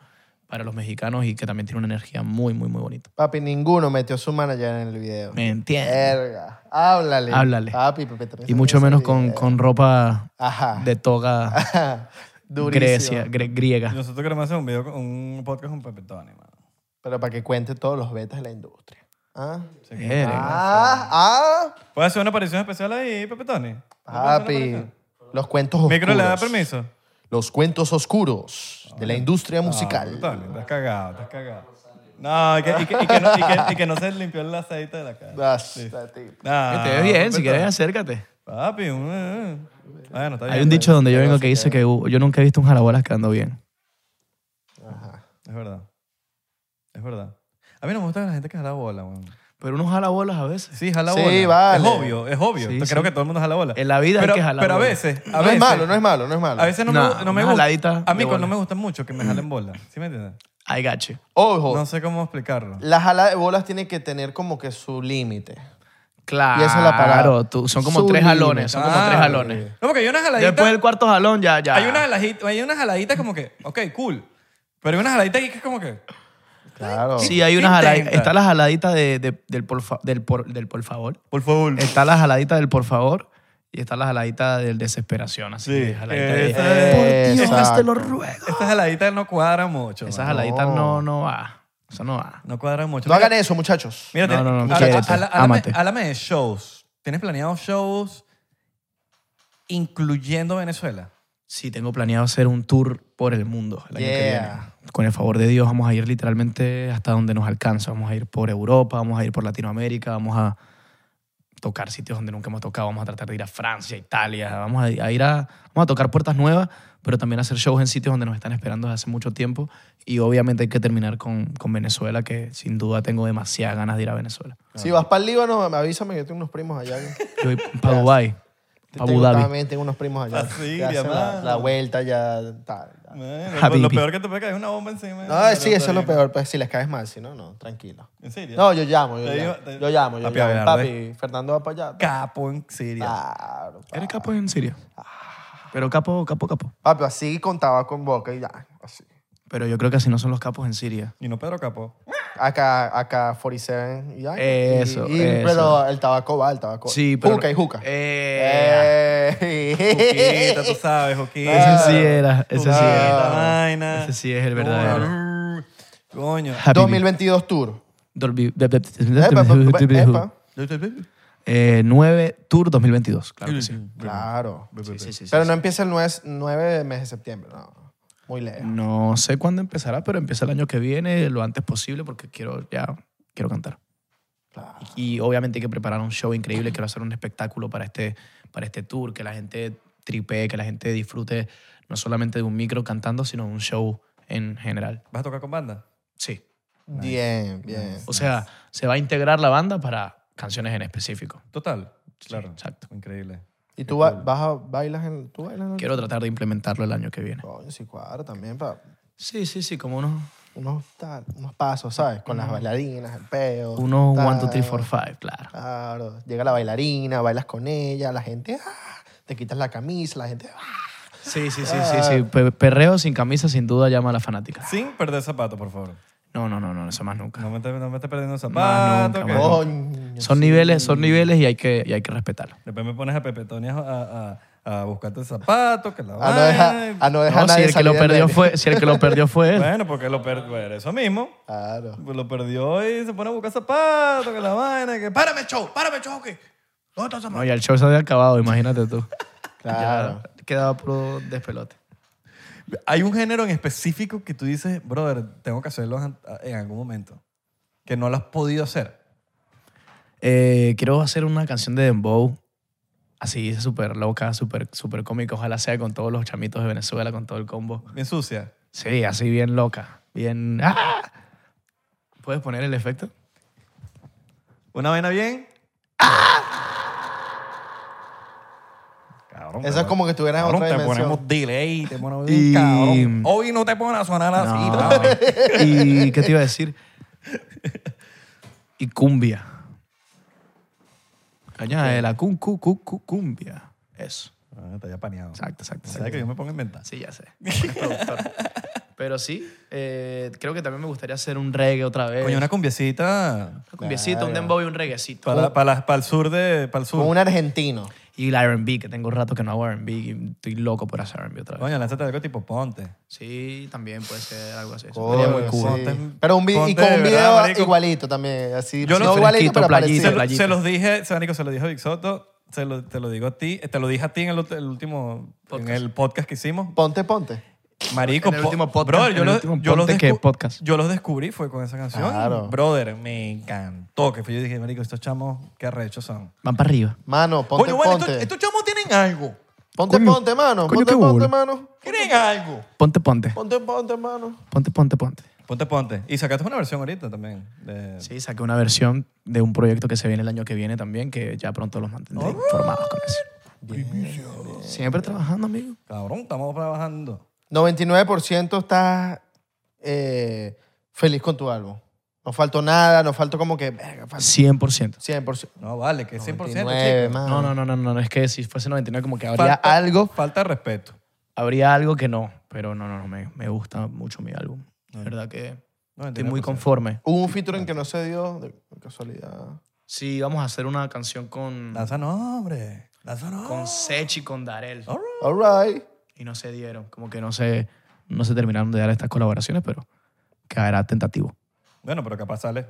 Speaker 4: para los mexicanos y que también tiene una energía muy, muy, muy bonita.
Speaker 1: Papi, ninguno metió su manager en el video.
Speaker 4: ¿Me entiendes?
Speaker 1: Verga. Háblale.
Speaker 4: Háblale.
Speaker 1: Papi, Pepe, también
Speaker 4: Y
Speaker 1: se
Speaker 4: mucho
Speaker 1: hizo
Speaker 4: menos
Speaker 1: el
Speaker 4: con,
Speaker 1: video.
Speaker 4: con ropa
Speaker 1: Ajá.
Speaker 4: de toga
Speaker 1: Ajá. Durísimo.
Speaker 4: Grecia, gre- griega.
Speaker 2: Nosotros queremos hacer un video, con- un podcast con Pepe Tony, mano.
Speaker 1: Pero para que cuente todos los betas de la industria. ¿Ah?
Speaker 4: Verga.
Speaker 1: Ah, ah,
Speaker 2: ¿Puedes hacer una aparición especial ahí, Pepe Tony? ¿No puedes hacer una
Speaker 1: papi.
Speaker 2: aparición?
Speaker 1: Los cuentos oscuros.
Speaker 2: Micro le da permiso. Ah,
Speaker 1: Los cuentos oscuros de la industria musical.
Speaker 2: Tony, estás cagado, estás cagado. No, y que, y que- y que no, y que- y que no se limpió el aceite de la cara.
Speaker 1: Bastante.
Speaker 2: Nah,
Speaker 4: Te ves bien, si
Speaker 2: Pepe
Speaker 4: quieres
Speaker 2: Tony.
Speaker 4: acércate.
Speaker 2: Papi, un- eh, eh. bueno, está bien.
Speaker 4: Hay un dicho donde yo vengo que dice que uh, yo nunca he visto un jalabolas quedando bien.
Speaker 2: Es verdad. Es verdad. A mí no me gusta la gente que jala bola, weón.
Speaker 4: Pero uno jala bolas a veces.
Speaker 2: Sí, jala
Speaker 1: Sí,
Speaker 2: bola.
Speaker 1: vale.
Speaker 2: Es obvio, es obvio.
Speaker 4: Sí,
Speaker 2: Creo
Speaker 4: sí.
Speaker 2: que todo el mundo jala bola.
Speaker 4: En la vida hay
Speaker 2: pero,
Speaker 4: que jalar
Speaker 2: Pero a
Speaker 4: bola.
Speaker 2: veces, a
Speaker 1: No
Speaker 2: veces.
Speaker 1: es malo, no es malo, no es malo.
Speaker 2: A veces no,
Speaker 4: Nah,
Speaker 2: me, no me
Speaker 4: una jaladita
Speaker 2: gusta. A mí
Speaker 4: de
Speaker 2: con-
Speaker 4: bola. Mm.
Speaker 2: no me gusta mucho que me jalen bola. ¿Sí me entiendes?
Speaker 4: Ay, gache.
Speaker 1: Ojo,
Speaker 2: No sé cómo explicarlo.
Speaker 1: la jala de bolas tiene que tener como que su límite.
Speaker 4: Claro.
Speaker 1: Y esa es la palabra.
Speaker 4: tú- son como
Speaker 1: Su
Speaker 4: tres jalones. Son como
Speaker 2: Ah,
Speaker 4: tres jalones.
Speaker 2: No, porque hay unas jaladitas.
Speaker 4: Después Ah. del cuarto jalón ya, ya.
Speaker 2: hay, unas jaladitas hay unas jaladitas como que, ok, cool. Pero hay unas jaladitas que es como que.
Speaker 1: Claro.
Speaker 4: Sí, hay
Speaker 2: ¿Qué
Speaker 4: unas jaladitas.
Speaker 2: intenta?
Speaker 4: Está la jaladita de- de- del, por fa- del, por, del por favor.
Speaker 2: Por favor.
Speaker 4: Está la jaladita del por favor. Y está la jaladita del desesperación. Así
Speaker 2: Sí,
Speaker 4: que jaladita de-
Speaker 2: esa es-
Speaker 4: por Dios,
Speaker 1: Exacto.
Speaker 4: te lo ruego.
Speaker 2: Estas jaladitas no cuadran mucho.
Speaker 4: Esa
Speaker 2: mano.
Speaker 4: jaladita no, no va. Eso no va.
Speaker 2: No cuadran mucho.
Speaker 1: No
Speaker 2: Mira,
Speaker 1: hagan eso, muchachos.
Speaker 2: Mira, te-
Speaker 4: No, no, no,
Speaker 2: habla-
Speaker 4: muchachos,
Speaker 2: habla- háblame,
Speaker 4: ámate.
Speaker 2: háblame de shows. ¿Tienes planeados shows incluyendo Venezuela?
Speaker 4: Sí, tengo planeado hacer un tour por el mundo el año que
Speaker 1: Yeah.
Speaker 4: viene. Con el favor de Dios vamos a ir literalmente hasta donde nos alcanza. Vamos a ir por Europa, vamos a ir por Latinoamérica, vamos a tocar sitios donde nunca hemos tocado, vamos a tratar de ir a Francia, Italia, vamos a, a ir a, vamos a tocar puertas nuevas, pero también hacer shows en sitios donde nos están esperando desde hace mucho tiempo. Y obviamente hay que terminar con, con Venezuela, que sin duda tengo demasiadas ganas de ir a Venezuela.
Speaker 2: Ah.
Speaker 1: Si vas para el Líbano, me avísame que yo tengo unos primos allá.
Speaker 4: Yo voy para Dubái,
Speaker 1: Yo
Speaker 4: para Abu
Speaker 1: tengo-
Speaker 4: Dhabi.
Speaker 1: También tengo unos primos allá.
Speaker 2: Pa'
Speaker 1: que
Speaker 2: Siria,
Speaker 1: hacen la,
Speaker 2: mano.
Speaker 1: la vuelta ya. tal, tal.
Speaker 2: Ah, Bueno,
Speaker 4: Habibi.
Speaker 2: lo peor que te puede caer es una bomba encima.
Speaker 1: No, sí, eso es lo peor. Pues, si les caes mal, si no, no, tranquilo.
Speaker 2: ¿En serio?
Speaker 1: No, yo llamo, yo
Speaker 2: Te
Speaker 1: llamo.
Speaker 2: digo- te-
Speaker 1: Yo llamo, yo
Speaker 2: Papi,
Speaker 1: llamo.
Speaker 2: a ver,
Speaker 1: Papi, Fernando va para allá.
Speaker 2: Capo en
Speaker 1: Ah.
Speaker 2: Siria.
Speaker 1: Claro. pa-
Speaker 4: Eres capo en Siria.
Speaker 1: Ah.
Speaker 4: Pero capo, capo, capo.
Speaker 1: Papi, así contaba con boca y ya. Así.
Speaker 4: Pero yo creo que así no son los capos en Siria.
Speaker 2: Y no Pedro Capo.
Speaker 1: Acá, acá 47 y ya.
Speaker 4: Eso,
Speaker 1: Y- y-
Speaker 4: eso.
Speaker 1: Pero el tabaco va, el tabaco.
Speaker 4: Sí, pero-
Speaker 1: Juca y juca.
Speaker 4: Eh,
Speaker 1: Eh.
Speaker 2: Juquita, tú sabes, Joquita.
Speaker 4: Ese sí era, ese sí era.
Speaker 2: vaina.
Speaker 4: Ese sí es el verdadero.
Speaker 2: Coño. Coño.
Speaker 4: Happy
Speaker 1: 2022 Tour.
Speaker 4: Dolby- Dolby-
Speaker 1: Epa, epa.
Speaker 4: Eh, 9 Tour 2022, claro que sí.
Speaker 1: Claro.
Speaker 4: sí, sí, sí,
Speaker 1: Pero no empieza el 9, 9 de mes de septiembre, no. Muy lejos.
Speaker 4: No sé cuándo empezará, pero empieza el año que viene, lo antes posible, porque quiero ya quiero cantar.
Speaker 1: Claro.
Speaker 4: Y obviamente hay que preparar un show increíble, quiero hacer un espectáculo para este, para este tour, que la gente tripee, que la gente disfrute no solamente de un micro cantando, sino de un show en general.
Speaker 2: ¿Vas a tocar con banda?
Speaker 4: Sí.
Speaker 1: Bien, bien.
Speaker 4: O sea, se va a integrar la banda para canciones en específico.
Speaker 2: Total. Claro.
Speaker 4: exacto.
Speaker 2: Increíble.
Speaker 1: ¿Y tú ba- vas a, bailas en, tú bailas en el
Speaker 4: Quiero tratar de implementarlo el año que viene.
Speaker 1: Coño, sí, cuadra también para
Speaker 4: Sí, sí, sí, como unos,
Speaker 1: unos, tal, unos pasos, ¿sabes? Con las bailarinas, el peo.
Speaker 4: unos
Speaker 1: tal.
Speaker 4: 1, 2, 3, 4, 5, claro.
Speaker 1: Claro. Llega la bailarina, bailas con ella, la gente, ah, te quitas la camisa, la gente, ah.
Speaker 4: Sí, sí, sí, sí, sí. Pe- Perreo sin camisa sin duda llama a la fanática.
Speaker 2: Sin perder zapato, por favor.
Speaker 4: No, no, no, no, eso más nunca.
Speaker 2: No me estés no me estés perdiendo
Speaker 4: Más
Speaker 2: zapato. que-
Speaker 4: nunca, más nunca.
Speaker 1: coño.
Speaker 4: Son niveles, son niveles y hay que, y hay que respetarlo.
Speaker 2: Después me pones a Pepe Tony a, a, a- a buscarte zapatos, que la
Speaker 1: A Ah, no dejar,
Speaker 2: vaina.
Speaker 1: a no dejar
Speaker 4: No,
Speaker 1: a
Speaker 4: si
Speaker 1: nadie
Speaker 4: el que lo
Speaker 1: salir del
Speaker 4: perdió
Speaker 1: aire.
Speaker 4: fue, si el que lo perdió fue él.
Speaker 2: Bueno, porque lo perdió. eso mismo.
Speaker 1: Claro.
Speaker 2: Pues lo perdió y se pone a buscar zapatos, que la vaina. Que, párame el show, párame el show, que. ¿Dónde está
Speaker 4: No, y el show se había acabado, imagínate tú.
Speaker 1: Claro.
Speaker 4: Ya quedaba puro despelote.
Speaker 2: Hay un género en específico que tú dices, brother, tengo que hacerlo an- en algún momento. Que no lo has podido hacer.
Speaker 4: Eh, quiero hacer una canción de Dembow. Así, súper loca, súper súper cómica. Ojalá sea con todos los chamitos de Venezuela, con todo el combo.
Speaker 2: Bien sucia.
Speaker 4: Sí, así bien loca. Bien. ¡Ah! ¿Puedes poner el efecto?
Speaker 2: Una vaina bien. ¡Ah! Cabrón,
Speaker 1: Eso es como que estuvieras en
Speaker 2: Cabrón,
Speaker 1: otra
Speaker 2: te
Speaker 1: dimensión.
Speaker 2: ponemos delay, te ponemos
Speaker 4: Y-
Speaker 2: bien cabrón. Hoy no te ponen a sonar así.
Speaker 4: No.
Speaker 2: ¿no?
Speaker 4: ¿Y qué te iba a decir? Y cumbia. Caña de la cum, cu, cu, cu- cumbia. Eso.
Speaker 2: Ah, está ya paneado.
Speaker 4: Exacto, exacto.
Speaker 2: ¿Sabes que yo me pongo a inventar?
Speaker 4: Sí, ya sé. Eres productor. Pero sí, eh, creo que también me gustaría hacer un reggae otra vez.
Speaker 2: Coño, una cumbiecita
Speaker 4: Una cumbiecita, un dembow y un reggaecito.
Speaker 1: Oh.
Speaker 2: para, para, para el sur de... Para el sur.
Speaker 1: Con un argentino.
Speaker 4: Y el R&B, que tengo rato que no hago R&B y estoy loco por hacer R&B otra vez.
Speaker 2: Coño, lánzate algo tipo ponte.
Speaker 4: Sí, también puede ser algo así. Eso
Speaker 1: Coño,
Speaker 4: estaría muy cool.
Speaker 1: sí.
Speaker 2: Ponte-
Speaker 1: Pero un vi- y
Speaker 2: ponte
Speaker 1: con
Speaker 2: de
Speaker 1: un
Speaker 2: verdad,
Speaker 1: video
Speaker 2: marico.
Speaker 1: igualito también. Así,
Speaker 2: Yo lo-
Speaker 1: no igualito,
Speaker 4: Fresquito,
Speaker 1: pero parecido.
Speaker 2: Se,
Speaker 4: playita,
Speaker 2: lo-
Speaker 4: playita.
Speaker 2: se los dije, se- marico, se los dije a Vic Soto, se lo- te lo digo a ti, te lo dije a ti en el, ult- el último, en el podcast que hicimos.
Speaker 1: Ponte, ponte.
Speaker 2: Marico,
Speaker 4: En el
Speaker 2: po-
Speaker 4: último podcast,
Speaker 2: brother,
Speaker 4: en
Speaker 2: yo,
Speaker 4: el
Speaker 2: los-
Speaker 4: último
Speaker 2: yo los
Speaker 4: ponte que
Speaker 2: descu-
Speaker 4: podcast.
Speaker 2: yo los descubrí fue con esa canción.
Speaker 1: Claro.
Speaker 2: Brother, me encantó. Que fue, yo dije, marico, estos chamos, qué arrechos son.
Speaker 4: Van para arriba.
Speaker 1: Mano, ponte,
Speaker 2: Coño, bueno,
Speaker 1: ponte.
Speaker 2: estos, estos chamos tienen algo.
Speaker 1: Ponte, ponte, mano.
Speaker 4: coño,
Speaker 1: ponte,
Speaker 4: qué
Speaker 1: ponte,
Speaker 4: bola.
Speaker 1: mano.
Speaker 2: Tienen algo.
Speaker 4: Ponte, ponte.
Speaker 1: Ponte, ponte, mano.
Speaker 4: Ponte, ponte, ponte.
Speaker 2: Ponte, ponte. Y sacaste una versión ahorita también. de-
Speaker 4: Sí, saqué una versión de un proyecto que se viene el año que viene también, que ya pronto los mantendré informados con eso. Siempre trabajando, amigo.
Speaker 2: Cabrón, estamos trabajando.
Speaker 1: 99% estás eh, feliz con tu álbum. No faltó nada, no faltó como que... verga, faltó
Speaker 4: 100%.
Speaker 1: 100%.
Speaker 2: No, vale, que 100%.
Speaker 1: 99,
Speaker 2: chico.
Speaker 1: mano.
Speaker 4: No, no, no, no, no, no, es que si fuese 99 como que habría
Speaker 2: Falta-
Speaker 4: algo,
Speaker 2: Falta de respeto.
Speaker 4: habría algo que no, pero no, no, no, me, me gusta mucho mi álbum. La verdad que estoy muy
Speaker 2: 99%.
Speaker 4: conforme.
Speaker 1: Hubo un featuring que no se dio de casualidad.
Speaker 4: Sí, vamos a hacer una canción con,
Speaker 2: Lanza nombre. Lanza nombre.
Speaker 4: con Sech y con Darel.
Speaker 2: Oh.
Speaker 1: All right.
Speaker 4: Y no se dieron, como que no se, no se terminaron de dar estas colaboraciones, pero quedará tentativo.
Speaker 2: Bueno, pero capaz sale.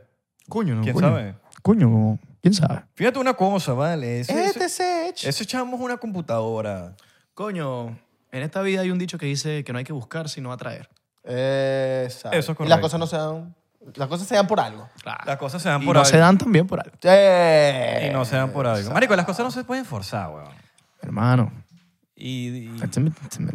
Speaker 4: Coño, no,
Speaker 2: ¿Quién
Speaker 4: coño.
Speaker 2: sabe?
Speaker 4: Coño, como- ¿quién sabe?
Speaker 2: Fíjate una cosa, vale. Ese,
Speaker 1: Este
Speaker 2: ese,
Speaker 1: es Edge.
Speaker 2: ese chamo es una computadora.
Speaker 4: Coño, en esta vida hay un dicho que dice que no hay que buscar, sino atraer.
Speaker 1: Exacto.
Speaker 2: Eso es
Speaker 1: Y las
Speaker 2: correcto.
Speaker 1: cosas no se dan... Las cosas se dan por algo.
Speaker 4: Claro.
Speaker 2: Las cosas se dan
Speaker 4: Ah, y
Speaker 2: por
Speaker 4: no
Speaker 2: algo.
Speaker 4: se dan también por algo.
Speaker 1: Eh,
Speaker 2: Y no se dan por algo. Marico, las cosas no se pueden forzar, weón.
Speaker 4: Hermano. Este
Speaker 2: Y, y-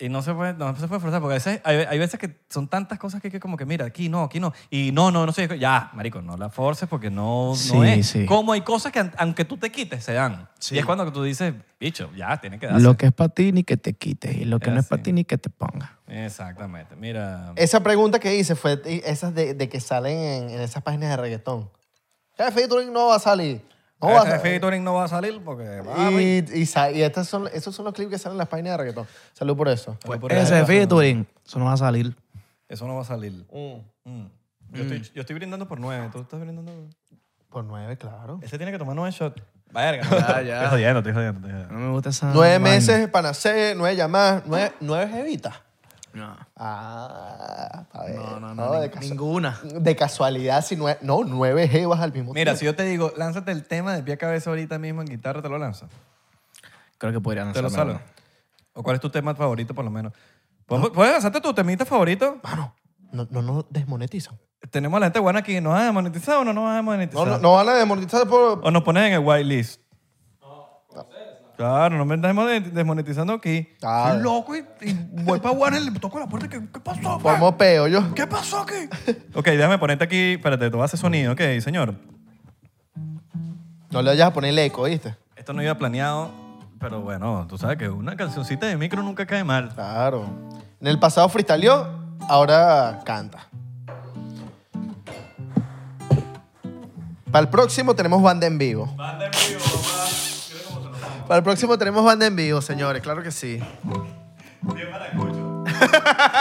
Speaker 2: y no, se puede, no se puede forzar porque a veces, hay, hay veces que son tantas cosas que, que como que, mira, aquí no, aquí no. Y no, no, no sé. Ya, marico, no la forces porque no, no
Speaker 4: Sí,
Speaker 2: es.
Speaker 4: sí.
Speaker 2: Como hay cosas que an- aunque tú te quites, se dan.
Speaker 4: Sí.
Speaker 2: Y es cuando tú dices, bicho, ya, tiene que darse.
Speaker 4: Lo que es para ti ni que te quites y lo que
Speaker 2: Es
Speaker 4: no es
Speaker 2: así.
Speaker 4: para ti ni que te ponga.
Speaker 2: Exactamente. Mira...
Speaker 1: Esa pregunta que hice fue de- esas de, de que salen en, en esas páginas de reggaetón. ¿Qué featuring no va a salir? No va a
Speaker 2: Ese
Speaker 1: salir.
Speaker 2: featuring no va a salir porque... papi,
Speaker 1: Y, y, sa- y estas son, esos son los clips que salen en las páginas de reggaetón. Salud por eso.
Speaker 2: voy por ahí.
Speaker 4: Ese featuring, eso no va a salir.
Speaker 2: Eso no va a salir. Mm. Yo, estoy, yo estoy brindando por nueve. Tú estás brindando...
Speaker 1: Por nueve, claro.
Speaker 2: Ese tiene que tomar nueve shots. Verga. Estoy jodiendo, estoy jodiendo. Estoy jodiendo.
Speaker 4: No me gusta esa.
Speaker 1: Nueve
Speaker 4: vaina.
Speaker 1: meses para nacer, nueve llamadas, nueve, nueve jevitas.
Speaker 4: No,
Speaker 1: Ah, a
Speaker 2: Eh,
Speaker 1: ver.
Speaker 4: no, no.
Speaker 1: de,
Speaker 4: ni-
Speaker 1: casu-
Speaker 4: ninguna.
Speaker 1: de casualidad, si nueve, no, nueve jevas al mismo
Speaker 2: Mira, si
Speaker 1: tiempo.
Speaker 2: yo te digo, lánzate el tema de pie a cabeza ahorita mismo en guitarra, te lo lanzas.
Speaker 4: Creo que podrían
Speaker 2: Te lo
Speaker 4: hacerlo,
Speaker 2: salgo. ¿O cuál es tu tema favorito, por lo menos? ¿Puedes, puedes lanzarte tu temita favorito?
Speaker 1: Mano, no, no nos desmonetizan.
Speaker 2: Tenemos a la gente buena aquí. ¿Nos van a monetizar o no nos van a
Speaker 1: No,
Speaker 2: monetizar?
Speaker 1: no, no van a desmonetizar por...
Speaker 2: ¿O nos pones en el whitelist? Claro, no me estás desmonet- desmonetizando aquí.
Speaker 1: Ah.
Speaker 2: Soy loco y, y voy para Warner y le toco la puerta. ¿Qué, qué pasó? fe?
Speaker 1: Como peo yo.
Speaker 2: ¿Qué pasó aquí? ok, déjame ponerte aquí. Espérate, tú haces sonido. Ok, señor.
Speaker 1: No le vayas a poner el eco, ¿viste?
Speaker 2: Esto no iba planeado, pero bueno, tú sabes que una cancioncita de micro nunca cae mal.
Speaker 1: Claro. En el pasado freestyleó, ahora canta. Para el próximo tenemos banda en vivo. Banda en vivo, Para el próximo tenemos banda en vivo, señores, claro que sí.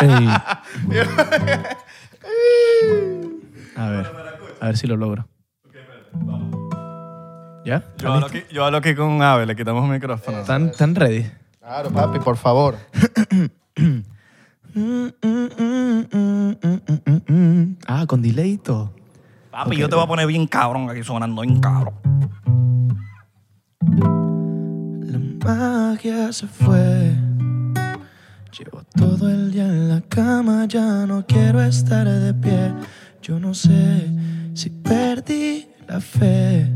Speaker 4: Ey. a ver, a ver si lo logro. ¿Ya?
Speaker 2: Yo hablo, aquí, yo hablo aquí con Ave, le quitamos micrófono.
Speaker 4: ¿Están, están ready?
Speaker 1: Claro, papi, por favor.
Speaker 4: Ah, con delayito.
Speaker 2: Papi, yo te voy a poner bien cabrón aquí sonando bien cabrón.
Speaker 4: La magia se fue. Llevo todo el día en la cama, ya no quiero estar de pie. Yo no sé si perdí la fe,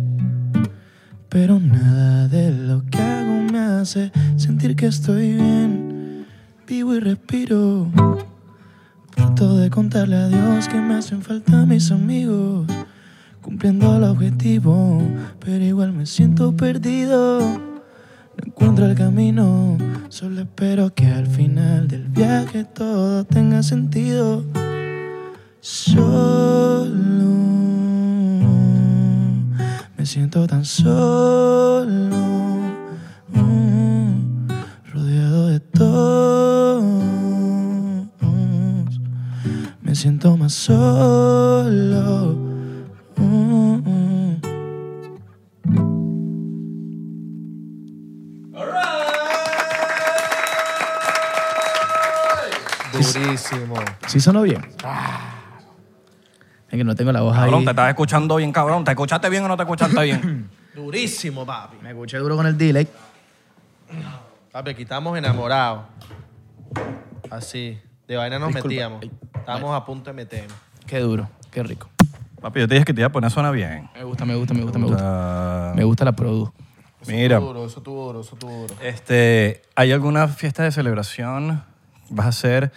Speaker 4: pero nada de lo que hago me hace sentir que estoy bien. Vivo y respiro. Trato de contarle a Dios que me hacen falta mis amigos, cumpliendo el objetivo, pero igual me siento perdido. No encuentro el camino, solo espero que al final del viaje todo tenga sentido. Solo me siento tan solo, mm, rodeado de todos. Me siento más solo. mm.
Speaker 1: Durísimo.
Speaker 4: ¿Sí sonó bien? Es que no tengo la voz
Speaker 2: Cabrón,
Speaker 4: ahí.
Speaker 2: te estás escuchando bien, cabrón. ¿Te escuchaste bien o no te escuchaste bien?
Speaker 1: Durísimo, papi.
Speaker 4: Me escuché duro con el delay.
Speaker 1: Papi, aquí estamos enamorados. Así. De vaina nos
Speaker 4: Disculpa.
Speaker 1: metíamos.
Speaker 4: Ay.
Speaker 1: Estábamos a punto de meternos.
Speaker 4: Qué duro, qué rico.
Speaker 2: Papi, yo te dije que te iba a poner suena bien.
Speaker 4: Me gusta, me gusta, me gusta, me gusta.
Speaker 2: Ah,
Speaker 4: Me gusta la produ.
Speaker 2: mira,
Speaker 1: Duro, eso estuvo duro, eso estuvo duro.
Speaker 2: este, ¿hay alguna fiesta de celebración? ¿Vas a ser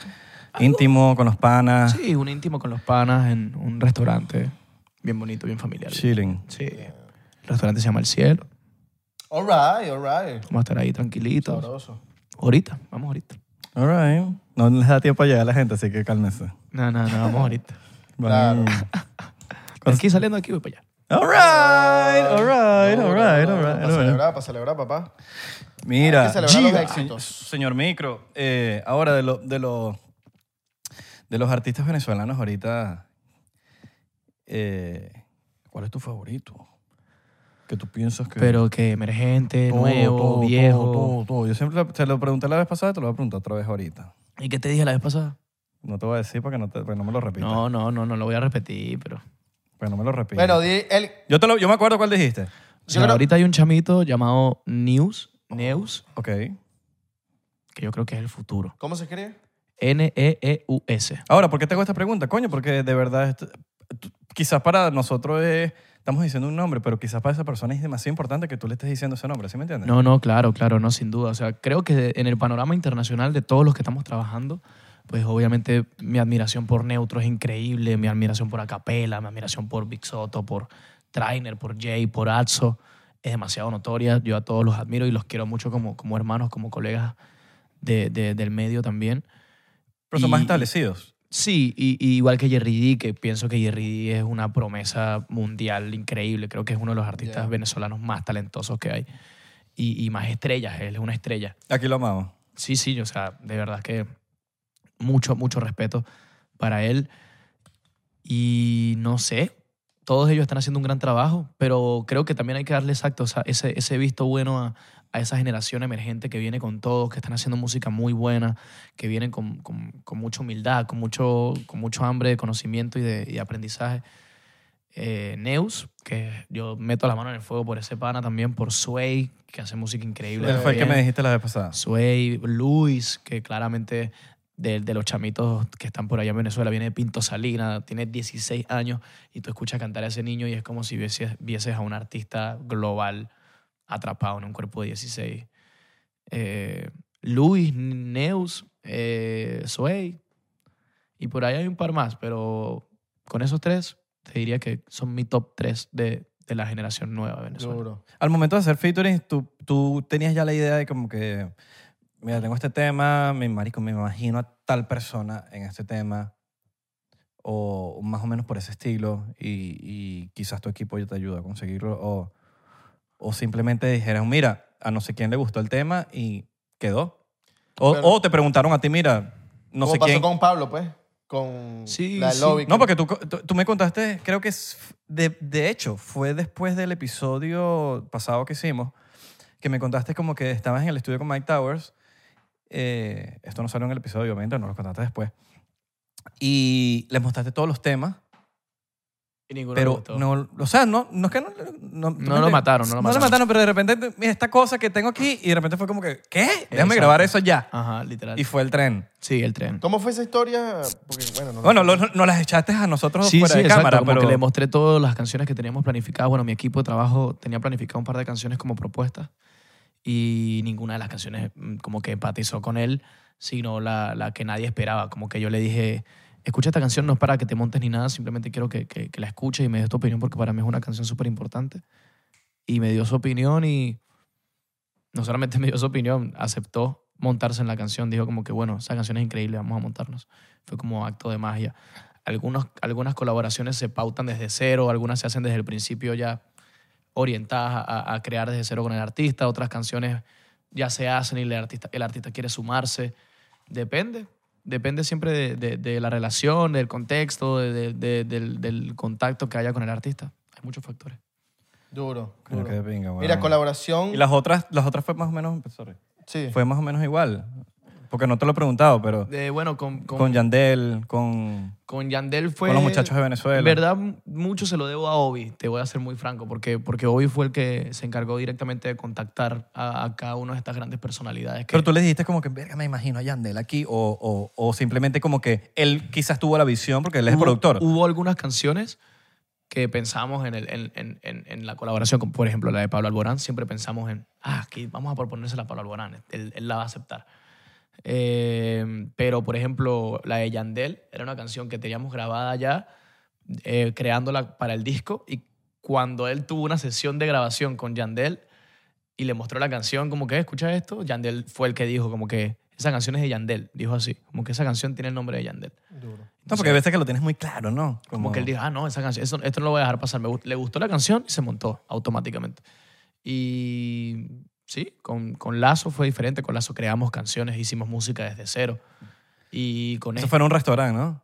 Speaker 2: íntimo con los panas?
Speaker 4: Sí, un íntimo con los panas en un restaurante bien bonito, bien familiar.
Speaker 2: Chilling.
Speaker 4: Sí. El restaurante se llama El Cielo.
Speaker 1: All right, all right.
Speaker 4: Vamos a estar ahí tranquilitos.
Speaker 1: Sabroso.
Speaker 4: Ahorita, vamos ahorita.
Speaker 2: All right. No les da tiempo a llegar a la gente, así que cálmense.
Speaker 4: No, no, no, vamos ahorita.
Speaker 2: Van-
Speaker 4: De aquí saliendo de aquí voy para allá.
Speaker 2: All right, all right, all right, all right,
Speaker 1: Para
Speaker 2: all right.
Speaker 1: celebrar, para celebrar, papá.
Speaker 2: Mira,
Speaker 1: Hay que celebrar los
Speaker 2: Giga.
Speaker 1: éxitos.
Speaker 2: señor Micro, eh, ahora de, lo- de, lo- de los artistas venezolanos ahorita, eh, ¿cuál es tu favorito? Que tú piensas que...
Speaker 4: Pero que emergente,
Speaker 2: Todo,
Speaker 4: nuevo,
Speaker 2: todo, todo,
Speaker 4: viejo.
Speaker 2: todo, todo. Yo siempre te lo pregunté la vez pasada, te lo voy a preguntar otra vez ahorita.
Speaker 4: ¿Y qué te dije la vez pasada?
Speaker 2: No te voy a decir para que no, te- para que no me lo repitas.
Speaker 4: No, no, no, no lo voy a repetir, pero.
Speaker 2: Para que no me lo repitas.
Speaker 1: Bueno, di el.
Speaker 2: yo, te lo- yo me acuerdo cuál dijiste.
Speaker 4: O sea,
Speaker 1: creo-
Speaker 4: ahorita hay un chamito llamado News, Neus,
Speaker 2: Ok.
Speaker 4: que yo creo que es el futuro. E
Speaker 1: ¿Cómo se escribe?
Speaker 4: N-E-E-U-S.
Speaker 2: Ahora, ¿por qué te hago esta pregunta? Coño, porque de verdad, esto- tú- quizás para nosotros es- estamos diciendo un nombre, pero quizás para esa persona es demasiado importante que tú le estés diciendo ese nombre, ¿sí me entiendes?
Speaker 4: No, no, claro, claro, no, sin duda. O sea, creo que en el panorama internacional de todos los que estamos trabajando, pues obviamente mi admiración por Neutro es increíble, mi admiración por Acapela, mi admiración por Big Soto, por Trainer, por Jay, por Atso, es demasiado notoria. Yo a todos los admiro y los quiero mucho como, como hermanos, como colegas de- de- del medio también.
Speaker 2: pero son más
Speaker 4: y-
Speaker 2: establecidos.
Speaker 4: Sí, y, y igual que Jerry D, que pienso que Jerry D es una promesa mundial increíble. Creo que es uno de los artistas
Speaker 1: Ya.
Speaker 4: venezolanos más talentosos que hay y, y más estrellas. Él es una estrella.
Speaker 2: Aquí lo amamos.
Speaker 4: Sí, sí, o sea, de verdad que mucho, mucho respeto para él. Y no sé, todos ellos están haciendo un gran trabajo, pero creo que también hay que darle exacto o sea, ese, ese visto bueno a, a esa generación emergente que viene con todos, que están haciendo música muy buena, que vienen con, con- con mucha humildad, con mucho, con mucho hambre de conocimiento y de, y de aprendizaje. Eh, Neus, que yo meto la mano en el fuego por ese pana también, por Sway, que hace música increíble.
Speaker 2: Él fue el que
Speaker 4: también.
Speaker 2: me dijiste la vez pasada.
Speaker 4: Sway, Luis, que claramente de, de los chamitos que están por allá en Venezuela, viene de Pinto Salina, tiene 16 años y tú escuchas cantar a ese niño y es como si vieses, vieses a un artista global atrapado en un cuerpo de 16. Eh, Luis, Neus, eh, Sway, y por ahí hay un par más, pero con esos tres te diría que son mi top 3 de, de la generación nueva de Venezuela.
Speaker 1: Duro.
Speaker 2: Al momento de hacer featuring, tú, tú tenías ya la idea de como que, mira, tengo este tema, mi marico, me imagino a tal persona en este tema, o más o menos por ese estilo, y, y quizás tu equipo ya te ayuda a conseguirlo, o, o simplemente dijeras, mira, a no sé quién le gustó el tema y quedó. O,
Speaker 1: Pero-
Speaker 2: o te preguntaron a ti, mira, no
Speaker 1: ¿Cómo
Speaker 2: sé
Speaker 1: pasó
Speaker 2: quién.
Speaker 1: con Pablo, pues? Con
Speaker 4: Sí,
Speaker 1: la del
Speaker 4: sí.
Speaker 1: lobby.
Speaker 2: No, porque tú, tú, tú me contaste, creo que es- de, de hecho fue después del episodio pasado que hicimos, que me contaste como que estabas en el estudio con Mike Towers. eh, esto no salió en el episodio, obviamente, no lo contaste después. Y le mostraste todos los temas,
Speaker 4: Y ninguno me
Speaker 2: pero
Speaker 4: gustó.
Speaker 2: no, o sea, no, no es que no, no,
Speaker 4: No lo mataron, no lo
Speaker 2: No
Speaker 4: mataron.
Speaker 2: lo mataron, pero de repente, mira, esta cosa que tengo aquí, y de repente fue como que, ¿qué? Déjame
Speaker 4: Exacto.
Speaker 2: grabar eso ya.
Speaker 4: Ajá, literal.
Speaker 2: Y fue el tren.
Speaker 4: sí, el tren.
Speaker 1: ¿Cómo fue esa historia? Porque, bueno, no
Speaker 2: Bueno, lo- no no las echaste a nosotros
Speaker 4: Sí,
Speaker 2: fuera
Speaker 4: sí,
Speaker 2: de
Speaker 4: exacto,
Speaker 2: cámara,
Speaker 4: como
Speaker 2: pero...
Speaker 4: que le mostré todas las canciones que teníamos planificadas. Bueno, mi equipo de trabajo tenía planificado un par de canciones como propuestas y ninguna de las canciones mm, como que empatizó con él, sino la, la que nadie esperaba. Como que yo le dije, escucha esta canción, no es para que te montes ni nada, simplemente quiero que, que- que la escuches y me des tu opinión porque para mí es una canción súper importante. Y me dio su opinión y no solamente me dio su opinión, aceptó montarse en la canción. Dijo como que, bueno, esa canción es increíble, vamos a montarnos. Fue como acto de magia. Algunos, algunas colaboraciones se pautan desde cero, algunas se hacen desde el principio ya orientadas a, a crear desde cero con el artista, otras canciones ya se hacen y el artista, el artista quiere sumarse. Depende, depende siempre de, de- de la relación, del contexto, de- de- de- del, del contacto que haya con el artista. Hay muchos factores.
Speaker 1: Duro.
Speaker 2: Coño,
Speaker 1: duro.
Speaker 2: qué de pinga,
Speaker 1: Mira,
Speaker 2: weón.
Speaker 1: colaboración.
Speaker 2: Y las otras, las otras fue más o menos, pues, sorry,
Speaker 1: Sí.
Speaker 2: fue más o menos igual. Porque no te lo he preguntado, pero
Speaker 4: Eh, bueno, con, con,
Speaker 2: con Yandel, con...
Speaker 4: con Yandel fue...
Speaker 2: con los muchachos de Venezuela.
Speaker 4: En verdad, mucho se lo debo a Obi, te voy a ser muy franco, porque, porque Obi fue el que se encargó directamente de contactar a, a cada una de estas grandes personalidades. Que,
Speaker 2: Pero tú le dijiste como que, verga, me imagino a Yandel aquí, o, o- o simplemente como que él quizás tuvo la visión porque él es
Speaker 4: hubo-
Speaker 2: productor.
Speaker 4: Hubo algunas canciones que pensamos en, el- en- en- en- en la colaboración, con, por ejemplo, la de Pablo Alborán, siempre pensamos en, ah, aquí vamos a proponérsela a Pablo Alborán, él, él la va a aceptar. Eh, pero, por ejemplo, la de Yandel era una canción que teníamos grabada ya, eh, creándola para el disco, y cuando él tuvo una sesión de grabación con Yandel y le mostró la canción, como que, "Eh, escucha esto, Yandel fue el que dijo, como que, esa canción es de Yandel, dijo así, como que esa canción tiene el nombre de Yandel.
Speaker 2: no, porque a veces que lo tienes muy claro, ¿no?
Speaker 4: Como que él dijo, ah, no, esa canción, eso- esto no lo voy a dejar pasar. Me gust- le gustó la canción y se montó automáticamente. Y sí, con, con Lazo fue diferente. Con Lazo creamos canciones, hicimos música desde cero. Y con
Speaker 2: Eso
Speaker 4: este,
Speaker 2: fue en un restaurante, ¿no?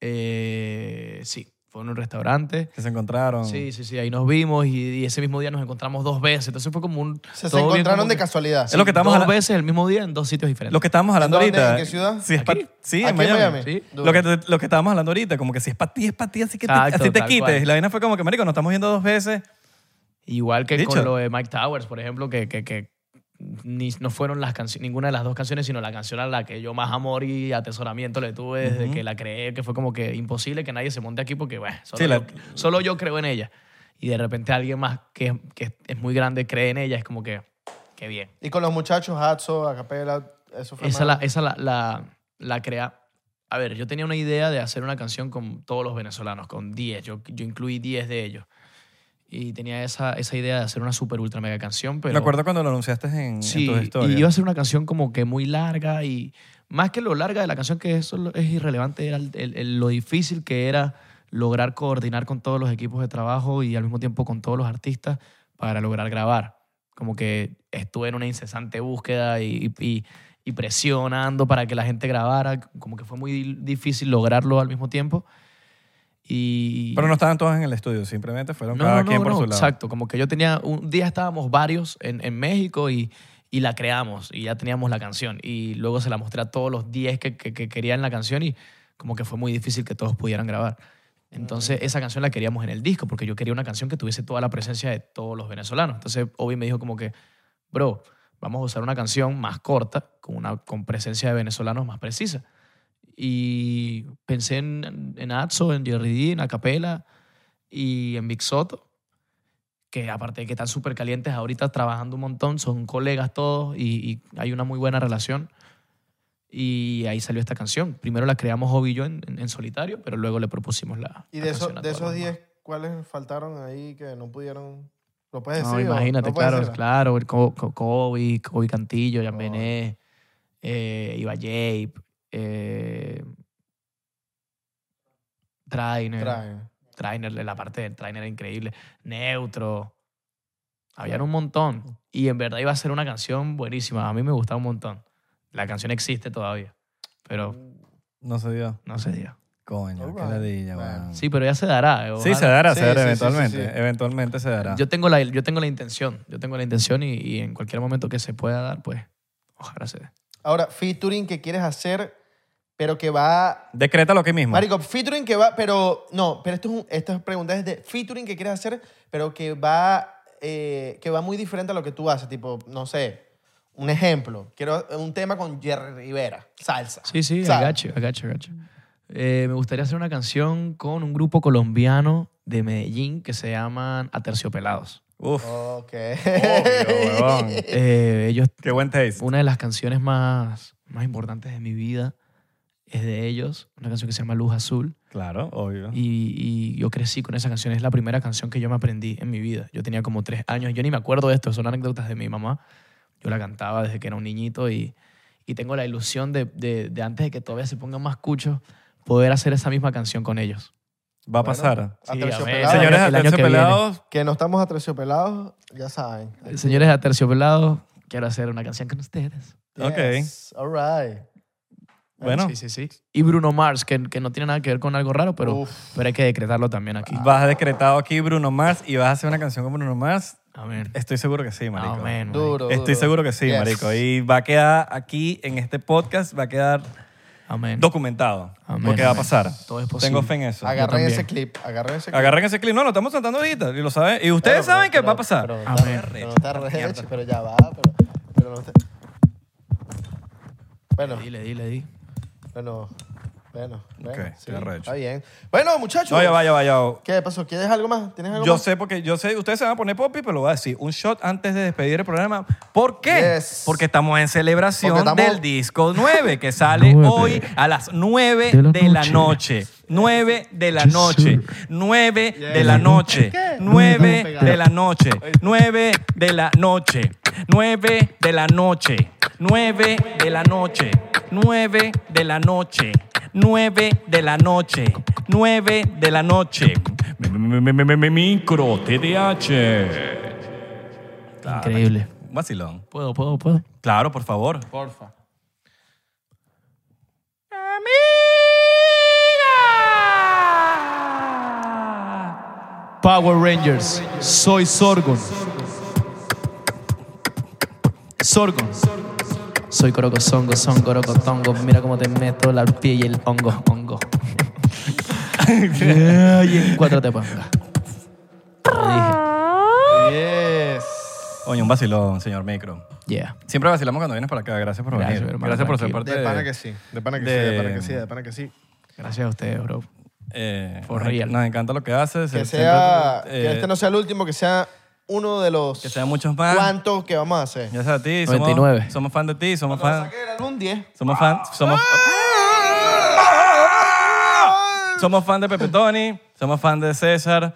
Speaker 4: eh, sí, fue en un restaurante.
Speaker 2: Que se encontraron.
Speaker 4: Sí, sí, sí, ahí nos vimos y, y ese mismo día nos encontramos dos veces. Entonces fue como un...
Speaker 1: Se, se
Speaker 4: todo bien
Speaker 1: encontraron
Speaker 4: como
Speaker 1: de
Speaker 4: que-
Speaker 1: casualidad.
Speaker 2: Es lo que estamos
Speaker 4: dos
Speaker 2: hablando-
Speaker 4: veces el mismo día en dos sitios diferentes.
Speaker 2: Lo que estábamos hablando
Speaker 1: ¿En dónde?
Speaker 2: ahorita.
Speaker 1: ¿En qué ciudad?
Speaker 2: Sí, es pa-
Speaker 4: Aquí.
Speaker 2: sí
Speaker 1: Aquí
Speaker 2: en Miami.
Speaker 4: Sí.
Speaker 2: Lo, que, te- lo que estábamos hablando ahorita, como que si es para ti, es para ti, así que te-
Speaker 4: Exacto,
Speaker 2: así te
Speaker 4: tal
Speaker 2: quites.
Speaker 4: cual.
Speaker 2: Y la vaina fue como que, marico, nos estamos viendo dos veces.
Speaker 4: Igual que
Speaker 2: Dicho.
Speaker 4: con lo de Mike Towers, por ejemplo, que, que, que ni, no fueron las cancio- ninguna de las dos canciones, sino la canción a la que yo más amor y atesoramiento le tuve desde que la creé, que fue como que imposible que nadie se monte aquí porque, bueno, solo,
Speaker 2: Sí, la-
Speaker 4: yo, solo yo creo en ella. Y de repente alguien más que, que es muy grande cree en ella, es como que, qué bien.
Speaker 1: Y con los muchachos, Hatso, Acapela, eso fue.
Speaker 4: Esa, la,
Speaker 1: más-
Speaker 4: esa la, la, la crea. A ver, yo tenía una idea de hacer una canción con todos los venezolanos, con 10. Yo, yo incluí 10 de ellos. Y tenía esa, esa idea de hacer una super ultra mega canción, pero.
Speaker 2: Me acuerdo cuando lo anunciaste en, en
Speaker 4: Sí,
Speaker 2: tus
Speaker 4: y
Speaker 2: historias.
Speaker 4: iba a ser una canción como que muy larga y más que lo larga de la canción, que eso lo- es irrelevante, era el- el- el- lo difícil que era lograr coordinar con todos los equipos de trabajo y al mismo tiempo con todos los artistas para lograr grabar. Como que estuve en una incesante búsqueda y, y- y presionando para que la gente grabara, como que fue muy difícil lograrlo al mismo tiempo. Y
Speaker 2: Pero no estaban todos en el estudio, simplemente fueron
Speaker 4: no,
Speaker 2: cada
Speaker 4: no,
Speaker 2: quien
Speaker 4: no,
Speaker 2: por
Speaker 4: no,
Speaker 2: su lado.
Speaker 4: Exacto, como que yo tenía, un día estábamos varios en, en México y, y la creamos y ya teníamos la canción y luego se la mostré a todos los 10 que, que- que querían la canción y como que fue muy difícil que todos pudieran grabar. Entonces esa canción la queríamos en el disco porque yo quería una canción que tuviese toda la presencia de todos los venezolanos. Entonces Obi me dijo como que, bro, vamos a usar una canción más corta, con, una, con presencia de venezolanos más precisa. Y pensé en, en Atso, en Jerry D, en Acapela y en Big Soto, que aparte de que están súper calientes ahorita trabajando un montón, son colegas todos y, y hay una muy buena relación. Y ahí salió esta canción. Primero la creamos Obi y yo en, en- en solitario, pero luego le propusimos la.
Speaker 1: Y
Speaker 4: la
Speaker 1: de, eso-
Speaker 4: canción a
Speaker 1: de
Speaker 4: todos los
Speaker 1: esos
Speaker 4: demás.
Speaker 1: 10, ¿cuáles faltaron ahí que no pudieron? ¿Lo puedes
Speaker 4: No,
Speaker 1: decir? Eh, o
Speaker 4: imagínate,
Speaker 1: no puedes
Speaker 4: claro,
Speaker 1: decirlo?
Speaker 4: claro. el Co- Co- Kobe, Kobe Cantillo, Jan Bené, eh, Iba Jape, eh, Trainer.
Speaker 1: Traen.
Speaker 4: Trainer, la parte del trainer era increíble. Neutro. Habían un montón. Y en verdad iba a ser una canción buenísima. A mí me gustaba un montón. La canción existe todavía. Pero
Speaker 2: No se dio.
Speaker 4: no se dio.
Speaker 2: Coño,
Speaker 1: Alright.
Speaker 2: qué ladilla,
Speaker 1: Bueno.
Speaker 2: weón.
Speaker 4: Sí, pero ya se dará. eh,
Speaker 2: Sí,
Speaker 4: ojalá.
Speaker 2: se dará,
Speaker 1: Sí,
Speaker 2: se dará
Speaker 1: sí, sí, sí,
Speaker 2: eventualmente.
Speaker 1: sí.
Speaker 2: Eventualmente se dará.
Speaker 4: Yo tengo la, yo tengo la intención. Yo tengo la intención y, y en cualquier momento que se pueda dar, pues ojalá se dé.
Speaker 1: Ahora, featuring que quieres hacer, pero que va.
Speaker 2: Decrétalo aquí mismo.
Speaker 1: Marico, featuring que va, pero. No, pero esto es un- esta pregunta es de featuring que quieres hacer, pero que va. eh, que va muy diferente a lo que tú haces. Tipo, no sé. Un ejemplo. Quiero un tema con Jerry Rivera. Salsa.
Speaker 4: Sí, sí,
Speaker 1: ¿Sabes?
Speaker 4: agacho, agacho, agacho. Eh, me gustaría hacer una canción con un grupo colombiano de Medellín que se llaman Aterciopelados.
Speaker 2: Uf,
Speaker 1: Ok.
Speaker 2: obvio, huevón.
Speaker 4: Eh, ellos
Speaker 2: Qué buen taste.
Speaker 4: Una de las canciones más, más importantes de mi vida es de ellos, una canción que se llama Luz Azul.
Speaker 2: Claro, obvio.
Speaker 4: Y, y yo crecí con esa canción, es la primera canción que yo me aprendí en mi vida. Yo tenía como tres años, yo ni me acuerdo de esto, son anécdotas de mi mamá. Yo la cantaba desde que era un niñito y, y tengo la ilusión de, de- de antes de que todavía se pongan más cuchos, poder hacer esa misma canción con ellos.
Speaker 2: Va a pasar.
Speaker 1: Ah,
Speaker 2: Señores,
Speaker 4: el año
Speaker 2: atención
Speaker 4: que viene.
Speaker 2: pelados.
Speaker 1: Que no estamos aterciopelados, ya saben.
Speaker 4: Señores de Aterciopelados, quiero hacer una canción con ustedes.
Speaker 2: Ok.
Speaker 1: Yes, All right.
Speaker 2: Bueno,
Speaker 4: Sí, sí, sí. Y Bruno Mars, que, que no tiene nada que ver con algo raro, pero,
Speaker 1: Uf.
Speaker 4: pero hay que decretarlo también aquí.
Speaker 2: vas decretado aquí Bruno Mars y vas a hacer una canción con Bruno Mars
Speaker 4: Amén.
Speaker 2: Estoy seguro que sí, Este marico.
Speaker 4: Amén. marico.
Speaker 1: Duro,
Speaker 2: Estoy
Speaker 1: duro.
Speaker 2: seguro que sí,
Speaker 1: Yes.
Speaker 2: marico. Y va a quedar aquí en este podcast, va a quedar
Speaker 4: Amén.
Speaker 2: documentado
Speaker 4: Amén,
Speaker 2: lo que va a
Speaker 4: amén.
Speaker 2: pasar.
Speaker 4: Todo es posible.
Speaker 2: Tengo fe en eso.
Speaker 4: Yo
Speaker 1: Agarren
Speaker 4: también.
Speaker 1: ese clip, agarren ese clip.
Speaker 2: Agarren ese clip. No, lo estamos sentando ahorita. Y lo saben. Y
Speaker 1: Pero,
Speaker 2: ustedes saben
Speaker 1: pero,
Speaker 2: que va a pasar.
Speaker 1: Pero,
Speaker 4: A
Speaker 1: está
Speaker 4: ver.
Speaker 1: re- pero está re hecho, pero ya va, pero, pero no te- Bueno,
Speaker 4: Dile, dile, dile.
Speaker 1: bueno, bueno, bueno.
Speaker 2: Ok,
Speaker 1: sí,
Speaker 2: está re hecho.
Speaker 1: Está bien. Bueno, muchachos.
Speaker 2: no, ya va, ya va, ya va.
Speaker 1: ¿Qué pasó? ¿Quieres algo más? ¿Tienes algo
Speaker 2: Yo
Speaker 1: más?
Speaker 2: sé, porque yo sé, ustedes se van a poner popi, pero lo voy a decir. Un shot antes de despedir el programa. ¿Por qué?
Speaker 1: Yes.
Speaker 2: Porque estamos en celebración
Speaker 1: Porque estamos-
Speaker 2: del disco 9, que sale
Speaker 4: Nueve
Speaker 2: hoy a las 9
Speaker 4: de la
Speaker 2: de la
Speaker 4: noche.
Speaker 2: noche. 9 de la
Speaker 4: Yes,
Speaker 2: noche.
Speaker 4: sir.
Speaker 2: 9 de
Speaker 1: Yes.
Speaker 2: la noche.
Speaker 1: ¿Qué?
Speaker 2: 9
Speaker 1: Vamos a
Speaker 2: de la noche. 9 de la noche. 9 de la noche. 9 de la noche. 9 de la noche. 9 de la noche. 9 de la noche.
Speaker 6: Micro TDH.
Speaker 4: Increíble.
Speaker 2: Vacilón.
Speaker 4: Puedo, puedo, puedo.
Speaker 2: Claro, por favor.
Speaker 4: Porfa. Power Rangers. Soy Sorgon. Sorgon. Soy coroco, songo, son coroco, tongo. Mira cómo te meto la pie y el hongo, hongo. Yeah, y en cuatro te ponga. Lo dije.
Speaker 2: Oye, un vacilón, señor Micro.
Speaker 4: Yeah.
Speaker 2: Siempre vacilamos cuando vienes para acá. Gracias por
Speaker 4: Gracias,
Speaker 2: venir.
Speaker 4: hermano,
Speaker 2: Gracias por ser
Speaker 4: tranquilo.
Speaker 2: parte
Speaker 1: De pana
Speaker 2: de...
Speaker 1: que sí, de pana que
Speaker 2: de-
Speaker 1: sí, de pana que sí, de pana que sí.
Speaker 4: Gracias a ustedes, bro.
Speaker 2: eh,
Speaker 4: For
Speaker 2: nos en-
Speaker 4: real.
Speaker 2: Nos encanta lo que haces.
Speaker 1: Que
Speaker 2: Siempre,
Speaker 1: sea, que
Speaker 2: eh,
Speaker 1: este no sea el último, que sea uno de los...
Speaker 2: que sean muchos más.
Speaker 1: ¿Cuántos que vamos a hacer?
Speaker 2: Gracias a ti. somos-
Speaker 4: 99.
Speaker 2: Somos, fan de ti. Somos fan...
Speaker 1: Saqué el álbum 10.
Speaker 2: Somos fan... Somos... Somos fan de Pepe Tony. Somos fan de César.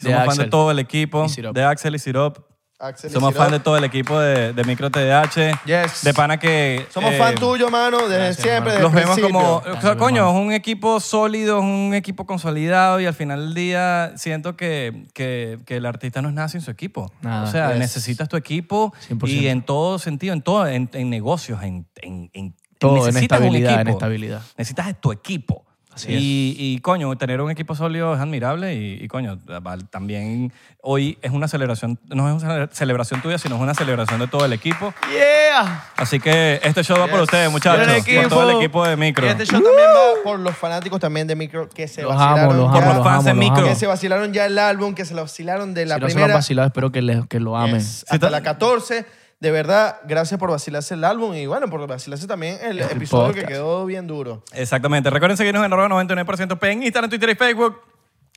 Speaker 4: De
Speaker 2: Somos fan de
Speaker 4: Axel.
Speaker 2: todo el equipo.
Speaker 4: Y Sirop.
Speaker 2: De Axel y Sirop.
Speaker 1: Axel y
Speaker 2: Somos
Speaker 1: Sirop.
Speaker 2: fan de todo el equipo de, de Micro TDH.
Speaker 1: Yes.
Speaker 2: De pana que...
Speaker 1: Somos
Speaker 2: eh,
Speaker 1: fan tuyo, mano, desde siempre, desde
Speaker 2: los
Speaker 1: el
Speaker 2: vemos
Speaker 1: principio.
Speaker 2: como, o sea,
Speaker 4: Gracias,
Speaker 2: coño, es
Speaker 4: hermano.
Speaker 2: un equipo sólido, es un equipo consolidado y al final del día siento que, que, que el artista no es nada sin su equipo.
Speaker 4: Nada.
Speaker 2: o sea,
Speaker 1: Yes.
Speaker 2: necesitas tu equipo
Speaker 4: 100%.
Speaker 2: y en todo sentido, en todo, en, en negocios, en, en, en
Speaker 4: Todo, en
Speaker 2: necesitas un
Speaker 4: estabilidad, en
Speaker 2: equipo.
Speaker 4: estabilidad.
Speaker 2: Necesitas de tu equipo.
Speaker 4: Así
Speaker 2: y, y, coño, tener un equipo sólido es admirable y, y, coño, val- también hoy es una celebración, no es una celebración tuya, sino es una celebración de todo el equipo.
Speaker 4: Yeah.
Speaker 2: Así que este show va por ustedes, muchachos.
Speaker 1: Buen
Speaker 2: Por todo el equipo de micro.
Speaker 1: Y este show también va por los fanáticos también de Micro que se
Speaker 4: Los amo,
Speaker 1: vacilaron
Speaker 4: los
Speaker 1: ya.
Speaker 4: amo, los
Speaker 2: fans
Speaker 4: amo.
Speaker 2: de
Speaker 4: los
Speaker 2: micro.
Speaker 4: amo.
Speaker 1: Que se vacilaron ya el álbum, que se lo vacilaron de la
Speaker 4: si no se lo han
Speaker 1: primera.
Speaker 4: vacilado, espero que, le- que lo amen.
Speaker 1: Yes, hasta la 14. De verdad, gracias por vacilarse el álbum y bueno, por vacilarse también el episodio que
Speaker 4: podcast.
Speaker 1: quedó bien duro.
Speaker 2: Exactamente. Recuerden seguirnos en arroba 99% P en Instagram, Twitter y Facebook.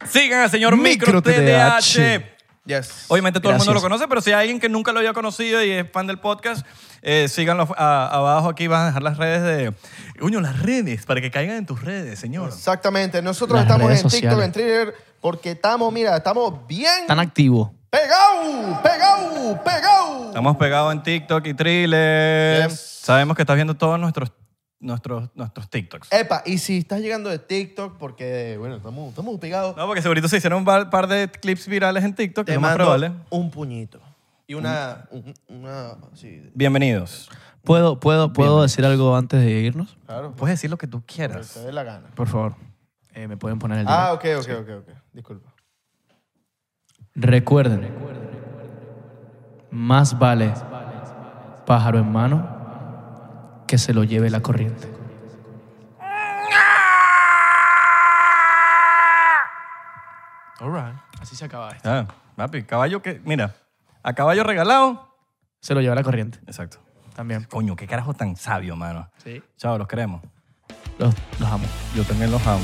Speaker 2: Sigan al señor Micro,
Speaker 4: Micro
Speaker 2: TDH.
Speaker 4: TDH.
Speaker 1: Yes.
Speaker 2: Obviamente todo el mundo lo
Speaker 4: Gracias.
Speaker 2: conoce, pero si hay alguien que nunca lo había conocido y es fan del podcast, eh, síganlo a- abajo aquí. Van a dejar las redes de... Coño, las redes, para que caigan en tus redes, señor.
Speaker 1: Exactamente. Nosotros
Speaker 4: Las
Speaker 1: estamos en
Speaker 4: redes
Speaker 1: TikTok,
Speaker 4: sociales.
Speaker 1: en Twitter, porque estamos, mira, estamos bien
Speaker 4: Tan activo.
Speaker 1: pegao, pegao, pegao.
Speaker 2: Estamos pegados en TikTok y Thriller.
Speaker 1: Yes.
Speaker 2: Sabemos que estás viendo todos nuestros, nuestros, nuestros TikToks.
Speaker 1: Epa, y si estás llegando de TikTok, porque bueno, estamos, estamos pegados,
Speaker 2: No, porque segurito se hicieron un par par de clips virales en TikTok, que es
Speaker 1: te
Speaker 2: lo más
Speaker 1: mando
Speaker 2: probable.
Speaker 1: un puñito. Y una, un- una, sí,
Speaker 2: Bienvenidos.
Speaker 4: ¿Puedo, puedo, ¿puedo decir algo antes de irnos?
Speaker 1: claro,
Speaker 2: Puedes decir lo que tú
Speaker 1: pero
Speaker 2: quieras.
Speaker 1: te dé la gana.
Speaker 4: Por favor. Eh, me pueden poner el dinero.
Speaker 1: Ah, ok, ok, ok, ok. Disculpa.
Speaker 4: Recuerden, más vale pájaro en mano que se lo lleve la corriente. Así se acaba esto.
Speaker 2: Ah, papi, caballo que. Mira, a caballo regalado.
Speaker 4: Se lo lleva la corriente
Speaker 2: Exacto.
Speaker 4: también.
Speaker 2: Coño, qué carajo tan sabio, mano.
Speaker 4: Sí.
Speaker 2: Chao, los queremos.
Speaker 4: Los, los amo.
Speaker 2: Yo también los amo.